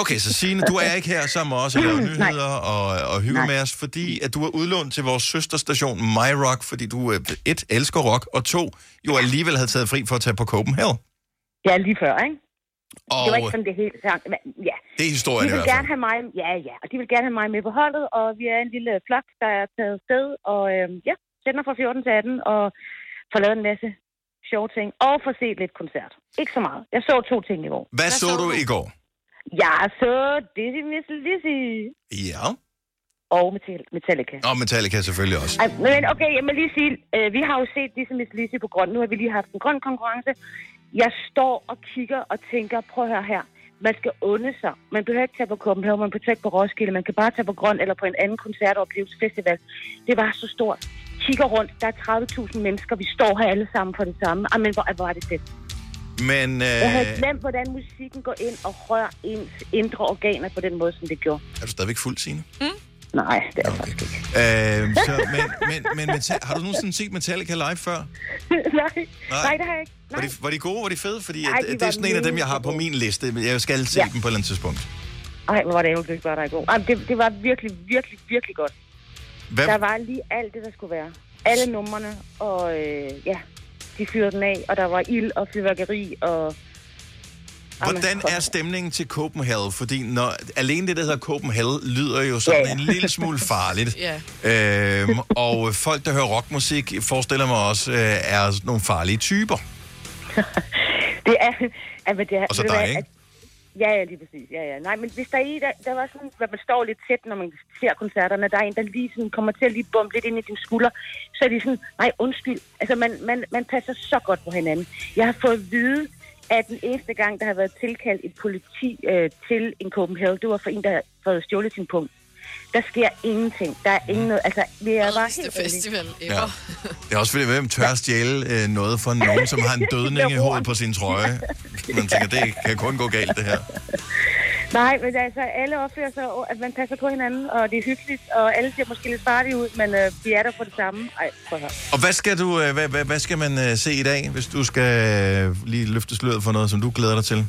Speaker 1: Okay, så Signe, du er ikke her sammen med os og laver nyheder og, og hygge med os, fordi at du er udlånt til vores søsterstation My Rock, fordi du øh, et, elsker rock, og to, jo alligevel havde taget fri for at tage på Copenhagen.
Speaker 16: Ja, lige før, ikke?
Speaker 1: Og
Speaker 16: Det var ikke sådan det hele sang. Men, ja.
Speaker 1: det er
Speaker 16: de
Speaker 1: historien i
Speaker 16: vil
Speaker 1: hvert fald.
Speaker 16: gerne have mig, ja, ja, og de vil gerne have mig med på holdet, og vi er en lille flok, der er taget sted, og øhm, ja, sender fra 14 til 18, og får lavet en masse sjove ting, og får set lidt koncert. Ikke så meget. Jeg så to ting i går.
Speaker 1: Hvad så du i går?
Speaker 16: Jeg så Dizzy Miss Lizzy.
Speaker 1: Ja.
Speaker 16: Og Metal- Metallica.
Speaker 1: Og Metallica selvfølgelig også.
Speaker 16: Ej, men okay, jeg må lige sige, øh, vi har jo set Dizzy Miss Lizzy på grøn. Nu har vi lige haft en grøn konkurrence. Jeg står og kigger og tænker, prøv at høre her. Man skal onde sig. Man behøver ikke tage på Copenhagen, man behøver ikke på Roskilde, man kan bare tage på Grøn eller på en anden koncertoplevelsesfestival. Det var så stort. Kigger rundt, der er 30.000 mennesker, vi står her alle sammen for det samme. Ej, men hvor, hvor er det fedt.
Speaker 1: Men
Speaker 16: Jeg havde
Speaker 1: øh,
Speaker 16: glemt, hvordan musikken går ind og rører ens indre organer på den måde, som det gjorde.
Speaker 1: er du stadigvæk fuld, Signe?
Speaker 16: Nej, det
Speaker 1: er okay. øh,
Speaker 16: [LAUGHS]
Speaker 1: så, men, men, men Meta- har du nogensinde set Metallica live før?
Speaker 16: Nej. Nej. Nej, det har jeg ikke.
Speaker 1: Var de, var de gode? Var de fede? Fordi
Speaker 16: Nej,
Speaker 1: Nej,
Speaker 16: de
Speaker 1: de det
Speaker 16: var
Speaker 1: er sådan en af dem, jeg har på min liste. men Jeg skal se
Speaker 16: Ja.
Speaker 1: ja. dem på et eller andet tidspunkt.
Speaker 16: Ej, hvor var det ærgerligt, du ikke var der i går. Ej, men det, det var virkelig, virkelig, virkelig godt.
Speaker 1: Hvad?
Speaker 16: Der var lige alt det, der skulle være. Alle numrene, og øh, ja, de fyrede den af, og der var ild og fyrværkeri, og...
Speaker 1: Hvordan er stemningen til Copenhagen? Fordi når, alene det, der hedder Copenhagen, lyder jo sådan en lille smule
Speaker 11: [LAUGHS]
Speaker 1: farligt.
Speaker 4: Ja.
Speaker 1: øhm, [LAUGHS] og folk, der hører rockmusik, forestiller mig også, øh, er sådan nogle farlige typer.
Speaker 16: [LAUGHS] Det er... Ja, men det er
Speaker 1: Og så
Speaker 16: ved du
Speaker 1: dig,
Speaker 16: hvad,
Speaker 1: ikke?
Speaker 16: at- Ja, ja, lige præcis. Ja, ja. Nej, men hvis der er en, der, der var sådan, hvad man står lidt tæt, når man ser koncerterne, der er en, der lige sådan, kommer til at lige bombe lidt ind i din skulder, så er de sådan, nej, undskyld. Altså, man, man, man passer så godt på hinanden. Jeg har fået at vide, at den eneste gang, der har været tilkaldt et politi øh, til en Copenhagen, det var for en, der havde fået stjålet sin punkt. Der sker ingenting. Der er ingen noget. Altså, vi er bare helt
Speaker 4: festival
Speaker 1: Ja. Det er også fordi, hvem tør at stjæle øh, noget for nogen, som
Speaker 16: [LAUGHS]
Speaker 1: har en dødning i hovedet på sin trøje? Man tænker, det kan kun gå galt, det her.
Speaker 16: Nej, men altså, alle opfører sig, at man passer på hinanden, og det er hyggeligt, og alle ser måske lidt farlige ud, men øh, vi er der for det samme. Ej, prøv at høre.
Speaker 1: Og hvad skal, du, øh, hvad, hvad, hvad skal man øh, se i dag, hvis du skal øh, lige løfte sløret for noget, som du glæder dig til?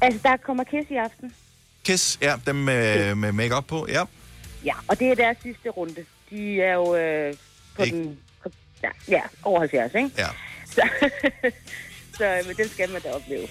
Speaker 16: Altså, der kommer Kiss i aften.
Speaker 1: Kiss, ja, dem øh, med makeup på, ja.
Speaker 16: Ja, og det er deres sidste runde. De er jo øh, på
Speaker 1: Ikke?
Speaker 16: den... På, ja, ja, over 70, ikke?
Speaker 1: Ja.
Speaker 16: Så, [LAUGHS] så øh, men den skal man da opleve.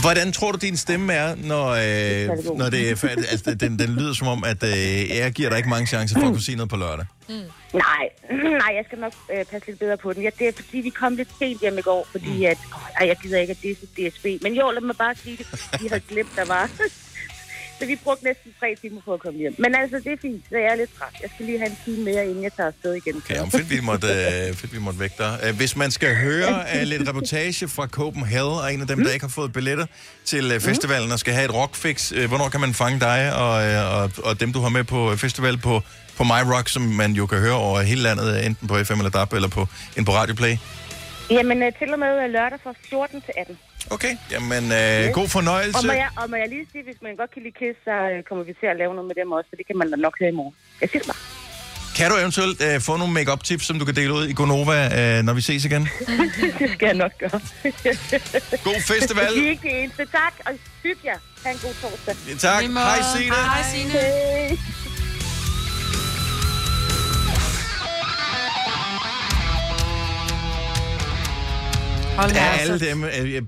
Speaker 1: Hvordan tror du, din stemme er, når, øh, når det er færdigt? Altså, den, den lyder som om, at øh, jeg giver dig ikke mange chancer for at kunne sige noget på lørdag.
Speaker 16: Mm. Nej, [CLEARS THROAT] nej, jeg skal nok øh, passe lidt bedre på den. Ja, det er fordi, vi kom lidt sent hjem i går, fordi
Speaker 1: Mm.
Speaker 16: at... Øh, ej, jeg gider ikke, at det er DSB. Men jo, lad mig bare sige det. Vi havde glemt, der var... [LAUGHS] så vi brugte næsten tre timer på at komme hjem. Men altså, det er fint. Så jeg er lidt træt. Jeg skal lige have en time mere, inden jeg tager afsted igen.
Speaker 1: Okay, om fedt, vi måtte, øh, fedt, vi måtte vække dig. Øh, Hvis man skal høre øh, lidt reportage fra Copenhagen, og en
Speaker 16: Mm.
Speaker 1: af dem, der ikke har fået billetter til øh, festivalen og skal have et rockfix, øh, hvornår kan man fange dig og, øh, og, og dem, du har med på øh, festival på, på My Rock, som man jo kan høre over hele landet, øh, enten på FM eller DAB eller på, end på Radio Play?
Speaker 16: Jamen, øh, til og med øh, lørdag fra 14 til 18.
Speaker 1: Okay, jamen øh, god fornøjelse.
Speaker 16: Og må, jeg, og må jeg lige sige, hvis man godt kan lide Kiss, så øh, kommer vi til at lave noget med dem også, for det kan man da nok høre i morgen. [LAUGHS] Jeg siger det bare.
Speaker 1: Kan du eventuelt øh, få nogle make tips som du kan dele ud i Gonova, øh, når vi ses igen?
Speaker 16: det skal jeg nok gøre.
Speaker 1: God festival.
Speaker 16: Vi er ikke det eneste. Tak, og hygge jer. Ha' en god torsdag.
Speaker 1: Ja, tak. Lige måde. Hej, Signe. Hej,
Speaker 16: Signe.
Speaker 1: Hold ja, alle dem... Øh, jeg,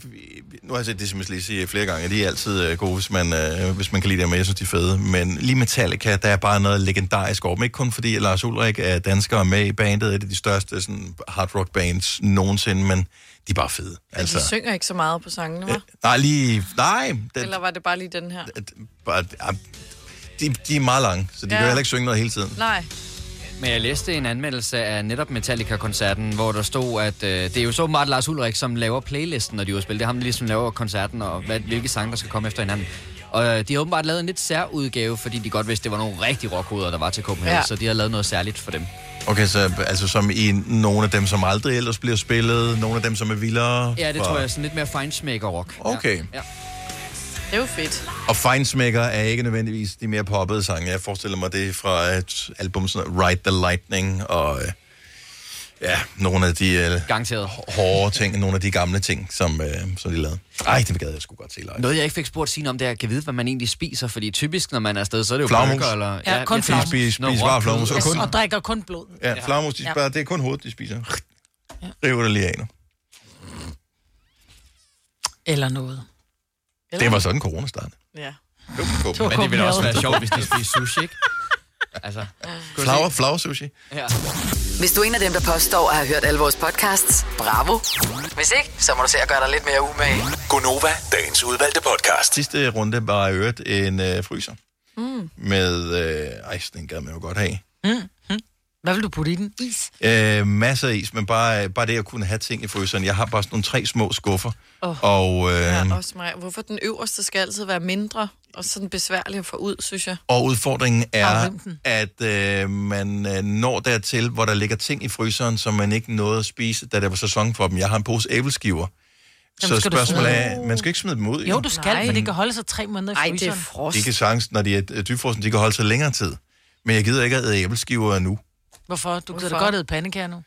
Speaker 1: nu har jeg set Dismiss Lizzy flere gange, og de er altid øh, gode, hvis man, øh, hvis man kan lide dem, og jeg synes, de er fede. Men lige Metallica, der er bare noget legendarisk over dem. Ikke kun fordi at Lars Ulrik er dansker og med i bandet, et af de største sådan, hard rock bands nogensinde, men de er bare fede.
Speaker 4: Altså. De synger ikke så meget på sangene, var?
Speaker 1: nej, lige... Nej,
Speaker 2: Øh,
Speaker 1: den,
Speaker 4: Eller var det bare lige den her?
Speaker 1: bare, ja, de, de er meget lange, så de
Speaker 4: Ja.
Speaker 1: ja. kan heller ikke synge noget hele tiden.
Speaker 4: Nej.
Speaker 3: Men jeg læste en anmeldelse af netop Metallica-koncerten, hvor der stod, at øh, det er jo så meget Lars Ulrik, som laver playlisten, når de udspiller. Det er ham, der ligesom laver koncerten, og hvad, hvilke sange, der skal komme efter hinanden. Og øh, de har åbenbart lavet en lidt særudgave, fordi de godt vidste, det var nogle rigtige rockhoveder, der var til Copenhagen,
Speaker 1: Ja.
Speaker 3: ja. så de har lavet noget særligt for dem.
Speaker 1: Okay, så altså, som i nogle af dem, som aldrig ellers bliver spillet, nogle af dem, som er vildere.
Speaker 3: Ja, det
Speaker 1: for-
Speaker 3: tror jeg er sådan lidt mere feinschmecker-rock.
Speaker 1: Okay.
Speaker 3: Ja. ja.
Speaker 4: Det er jo fedt.
Speaker 1: Og Feinsmækker er ikke nødvendigvis de mere poppede sange. Jeg forestiller mig det er fra et album som Ride the Lightning og øh, ja, nogle af de øh, hår- hårde ting, nogle af de gamle ting, som, øh, som de lavede. Ej, det gad jeg sgu godt se live.
Speaker 3: Noget, jeg ikke fik spurgt sine om, det er, at jeg vide, hvad man egentlig spiser, fordi typisk, når man er afsted, så er det jo
Speaker 1: Flagmus.
Speaker 3: burger eller...
Speaker 2: Ja, kun
Speaker 3: jeg
Speaker 2: flagmus.
Speaker 3: tænker,
Speaker 1: Spis-
Speaker 3: noget
Speaker 1: spis bare
Speaker 3: råkød.
Speaker 1: flagmus, og kun-
Speaker 2: Og drikker kun blod.
Speaker 1: Ja, flammos, de
Speaker 2: Ja.
Speaker 1: sparer, det er kun hovedet, de spiser. River det lige af nu.
Speaker 2: Eller noget.
Speaker 1: Det var sådan corona startede.
Speaker 4: Ja.
Speaker 1: Bum,
Speaker 2: var
Speaker 1: bum. Men det ville også
Speaker 2: kombineret.
Speaker 1: være sjovt, hvis de spiste sushi, ikke?
Speaker 3: Altså,
Speaker 1: Flower, flower sushi.
Speaker 3: Ja.
Speaker 5: Hvis du er en af dem, der påstår at have hørt alle vores podcasts, bravo. Hvis ikke, så må du se at gøre dig lidt mere umage.
Speaker 7: Gonova, dagens udvalgte podcast.
Speaker 1: Sidste runde var i øvrigt en øh, fryser
Speaker 2: Mm.
Speaker 1: med... Øh, ej, sådan en gad man jo godt have.
Speaker 2: Mm. Mm. Hvad vil du putte i den? Is.
Speaker 1: Øh, masser af is, men bare, bare det at kunne have ting i fryseren. Jeg har bare sådan nogle tre små skuffer.
Speaker 4: Åh.
Speaker 1: Og, øh,
Speaker 4: Ja, også mig. Hvorfor den øverste skal altid være mindre og sådan besværlig at få ud, synes jeg.
Speaker 1: og udfordringen er,
Speaker 4: Og
Speaker 1: at øh, man øh, når dertil, hvor der ligger ting i fryseren, som man ikke nåede at spise, da der var sæson for dem. Jeg har en pose æbleskiver.
Speaker 2: Dem
Speaker 1: så
Speaker 2: skal du
Speaker 1: spørgsmålet
Speaker 2: smide.
Speaker 1: er, man skal ikke smide dem ud.
Speaker 2: Jo, du skal,
Speaker 1: Men-
Speaker 2: for det kan holde sig tre måneder i
Speaker 4: Ej,
Speaker 2: fryseren.
Speaker 4: det er frost.
Speaker 1: De kan sagtens, når de er øh, dybfrosten, de kan holde sig længere tid. Men jeg gider ikke at æde æbleskiver nu.
Speaker 2: Hvorfor? Du kan da
Speaker 4: Hvorfor?
Speaker 2: godt æde pandekager nu.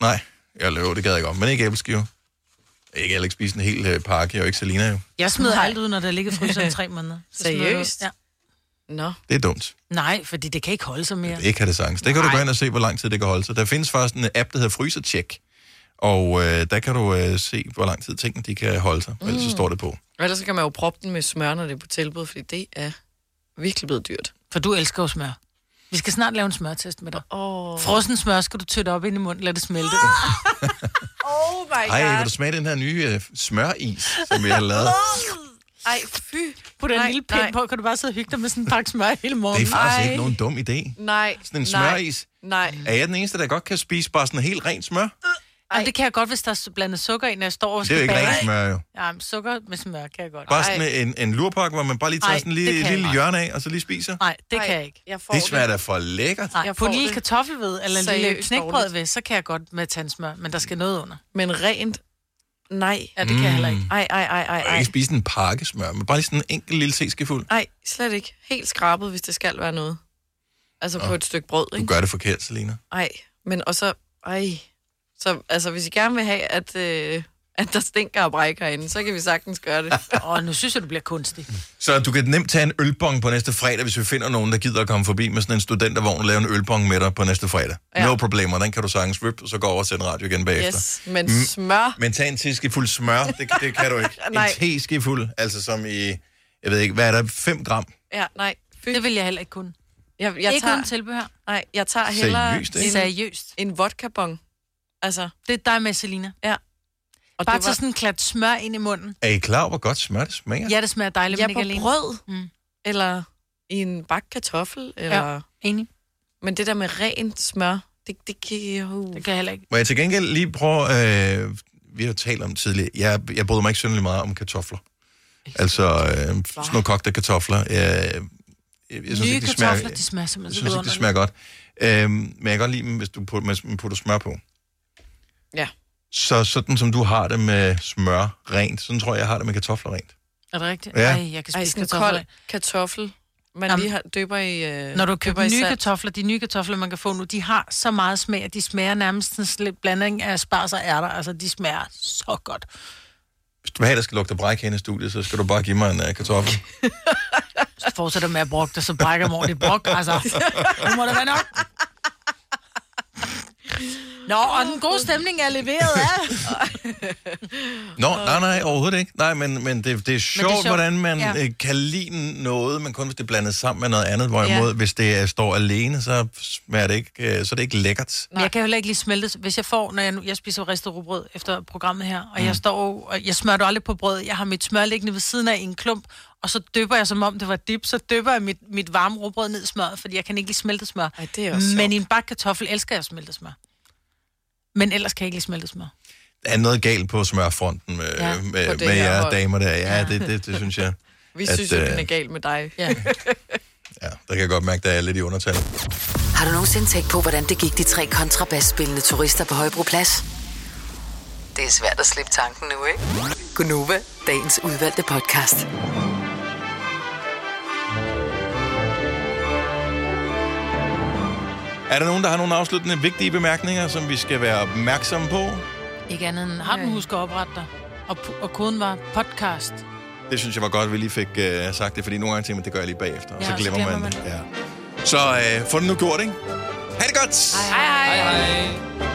Speaker 1: Nej, jeg løber, det gad jeg ikke om. Men ikke æbleskiver. Jeg kan heller ikke spise en hel øh, pakke, og ikke Selina jo.
Speaker 2: Jeg smider alt ud, når der ligger i fryseren i [LAUGHS] tre måneder. Så smider jeg det ud.
Speaker 4: Seriøst?
Speaker 2: Ja.
Speaker 4: Nå.
Speaker 1: Det er dumt.
Speaker 2: Nej, fordi det kan ikke holde sig mere.
Speaker 1: Ikke kan det sagtens. Det kan du gå ind og se, hvor lang tid det kan holde sig. Der findes faktisk en app, der hedder Frysercheck. Og øh, der kan du øh, se, hvor lang tid tingene de kan holde sig. Mm. Ellers så
Speaker 4: Mm.
Speaker 1: står det på.
Speaker 4: Og ellers så kan man jo proppe den med smør, når det er på tilbud, fordi det er virkelig blevet dyrt.
Speaker 2: For du elsker jo smør. Vi skal snart lave en smørtest med dig.
Speaker 4: Oh.
Speaker 2: Frossen smør skal du tøtte op ind i munden, lad det smelte.
Speaker 4: Oh my
Speaker 1: Ej, kan du smage den her nye øh, smøris, som vi har lavet?
Speaker 4: [LAUGHS] Ej, fy.
Speaker 2: Put en lille pind på, kan du bare sidde og hygge dig med sådan en pakke smør hele morgenen.
Speaker 1: Det er faktisk
Speaker 2: Ej.
Speaker 1: ikke nogen dum idé.
Speaker 4: Nej.
Speaker 1: Sådan en smøris.
Speaker 4: Nej.
Speaker 1: Er jeg den eneste, der godt kan spise bare sådan helt rent smør?
Speaker 2: Jamen, det kan jeg godt, hvis der er blandet sukker i, når jeg står og
Speaker 1: Det er jo
Speaker 2: skal
Speaker 1: ikke
Speaker 2: bage.
Speaker 1: rent smør, jo.
Speaker 2: Ja, men sukker med smør kan jeg godt.
Speaker 1: Bare sådan en, en lurpakke, hvor man bare lige tager
Speaker 2: Ej,
Speaker 1: sådan en
Speaker 2: det
Speaker 1: lille,
Speaker 2: kan jeg
Speaker 1: lille
Speaker 2: ikke.
Speaker 1: hjørne af, og så lige spiser.
Speaker 2: Nej, det kan jeg ikke.
Speaker 4: Jeg får
Speaker 1: Det smager da for lækkert.
Speaker 2: Nej, jeg
Speaker 4: Jeg
Speaker 2: på en
Speaker 4: får
Speaker 2: lille
Speaker 4: det.
Speaker 2: kartoffelved eller en lille
Speaker 4: Seriøst
Speaker 2: knækbrød
Speaker 4: dårligt.
Speaker 2: ved, så kan jeg godt med tandsmør, men der skal noget under.
Speaker 4: Men rent? Nej.
Speaker 2: Ja, det kan jeg heller ikke.
Speaker 4: Ej, ej, ej, ej,
Speaker 1: Jeg
Speaker 4: ej.
Speaker 1: kan spise en pakke smør, men bare lige sådan en enkelt lille teskefuld.
Speaker 4: Nej, slet ikke. Helt skrabet, hvis det skal være noget. Altså på et stykke brød,
Speaker 1: Du
Speaker 4: ikke?
Speaker 1: gør det forkert, Selina.
Speaker 4: Ej, men og så... Ej. Så altså, hvis I gerne vil have, at, øh, at der stinker og brækker herinde, så kan vi sagtens gøre det.
Speaker 2: Åh, nu synes jeg, du bliver kunstig.
Speaker 1: Så du kan nemt tage en ølbong på næste fredag, hvis vi finder nogen, der gider at komme forbi med sådan en studentervogn og lave en ølbong med dig på næste fredag. Ja.
Speaker 4: Ja.
Speaker 1: No problemer, den kan du sagtens rip, og så gå over og sende radio igen bagefter.
Speaker 4: Yes, men
Speaker 1: Mm.
Speaker 4: smør...
Speaker 1: Men tag en teskefuld smør,
Speaker 4: [LAUGHS]
Speaker 1: det, det kan du ikke.
Speaker 4: Nej.
Speaker 1: En teskefuld, altså som i, jeg ved ikke, hvad er der, 5 gram?
Speaker 4: Ja, nej. Fy.
Speaker 2: Det vil jeg heller ikke kunne.
Speaker 4: Jeg, jeg
Speaker 2: Ikke
Speaker 4: tager,
Speaker 2: uden tilbehør.
Speaker 4: Nej, jeg tager hellere
Speaker 1: Seriøst, ikke?
Speaker 4: en,
Speaker 2: Seriøst.
Speaker 4: en vodkabong. Altså,
Speaker 2: Det er dig med, Selina.
Speaker 4: Ja.
Speaker 2: Og
Speaker 4: Og
Speaker 2: bare
Speaker 4: det var-
Speaker 2: tage sådan en klat smør ind i munden.
Speaker 1: Er I klar over, hvor godt smør det smager?
Speaker 2: Ja, det smager dejligt,
Speaker 4: ja,
Speaker 2: men ikke
Speaker 4: på
Speaker 2: alene.
Speaker 4: brød,
Speaker 2: Mm.
Speaker 4: eller i en bagt kartoffel, eller...
Speaker 2: Ja, enig.
Speaker 4: Men det der med rent smør, det, det kan jeg uh.
Speaker 2: Det kan jeg heller ikke.
Speaker 1: Må jeg til gengæld lige prøve... Øh, vi har jo talt om det tidligere. Jeg, jeg bryder mig ikke synderligt meget om kartofler. Altså øh, sådan nogle kogte kartofler. Øh, jeg, jeg synes,
Speaker 2: Nye
Speaker 1: ikke, de
Speaker 2: kartofler,
Speaker 1: smager,
Speaker 2: de smager
Speaker 1: jeg
Speaker 2: simpelthen
Speaker 1: synes
Speaker 2: så
Speaker 1: ikke, de smager godt. Øh, men jeg kan godt lide dem, hvis du putter, hvis man putter smør på.
Speaker 4: Ja.
Speaker 1: Så sådan som du har det med smør rent, sådan tror jeg, jeg har det med kartofler rent.
Speaker 2: Er det rigtigt?
Speaker 1: Ja.
Speaker 2: Ej, jeg kan
Speaker 4: Ej,
Speaker 2: spise
Speaker 4: sådan en
Speaker 2: kartofler.
Speaker 4: kold kartoffel, man
Speaker 2: Jamen,
Speaker 4: lige har, døber i... Øh,
Speaker 2: Når du
Speaker 4: døber
Speaker 2: køber
Speaker 4: i
Speaker 2: nye
Speaker 4: salt.
Speaker 2: kartofler, de nye kartofler, man kan få nu, de har så meget smag, at de smager nærmest sådan en lidt blanding af spars og ærter. Altså, de smager så godt.
Speaker 1: Hvis du vil have, der skal lugte bræk hen i studiet, så skal du bare give mig en øh, kartoffel.
Speaker 2: Så fortsætter med at brokke dig, så brækker mor det brok. Altså, nu må det være nok. Nå, og den gode stemning er leveret af...
Speaker 1: Nå, nej, nej, overhovedet ikke. Nej, men, men det, det er sjovt, det er
Speaker 2: sjovt.
Speaker 1: sjovt. hvordan man
Speaker 2: Ja.
Speaker 1: ja. kan lide noget, men kun hvis det er blandet sammen med noget andet. Hvorimod,
Speaker 2: Ja.
Speaker 1: ja. hvis det øh, står alene, så smager det ikke, øh, så er det ikke lækkert.
Speaker 2: Men jeg kan jo heller ikke lige smelte, hvis jeg får, når jeg, nu, jeg spiser jo ristet rugbrød efter programmet her, og mm. jeg står jo- og jeg smører det aldrig på brød, jeg har mit smør liggende ved siden af i en klump, og så døber jeg, som om det var dip, så døber jeg mit, mit varme rugbrød ned i smøret, fordi jeg kan ikke lige smelte smør.
Speaker 4: Ej, det er også sjovt.
Speaker 2: Men i en bagt kartoffel elsker jeg smelte smør. Men ellers kan jeg ikke lige smelte smør.
Speaker 1: Der er noget galt på smørfronten med,
Speaker 2: Ja,
Speaker 1: ja,
Speaker 2: på
Speaker 1: med,
Speaker 4: det
Speaker 1: med
Speaker 4: her
Speaker 1: jer
Speaker 4: hold.
Speaker 1: damer der. Ja, ja. Det, det, det synes jeg.
Speaker 4: Vi synes jo,
Speaker 1: øh,
Speaker 4: den er galt med dig.
Speaker 2: Ja.
Speaker 1: ja, der kan jeg godt mærke, der er lidt i undertal.
Speaker 5: Har du nogensinde tænkt på, hvordan det gik de tre kontrabasspillende turister på Højbroplads? Det er svært at slippe tanken nu, ikke? Gunova, dagens udvalgte podcast.
Speaker 1: Er der nogen, der har nogle afsluttende vigtige bemærkninger, som vi skal være opmærksomme på?
Speaker 2: Ikke andet end, har du husket at oprette dig? Og, pu- og koden var podcast.
Speaker 1: Det synes jeg var godt, at vi lige fik øh, sagt det, fordi nogle gange tænker man, det gør jeg lige bagefter, og
Speaker 2: Ja,
Speaker 1: så
Speaker 2: og så
Speaker 1: glemmer,
Speaker 2: glemmer
Speaker 1: man det. Ja. Så øh, få den nu gjort, ikke? Ha' det godt!
Speaker 2: Hej hej!
Speaker 3: hej, hej.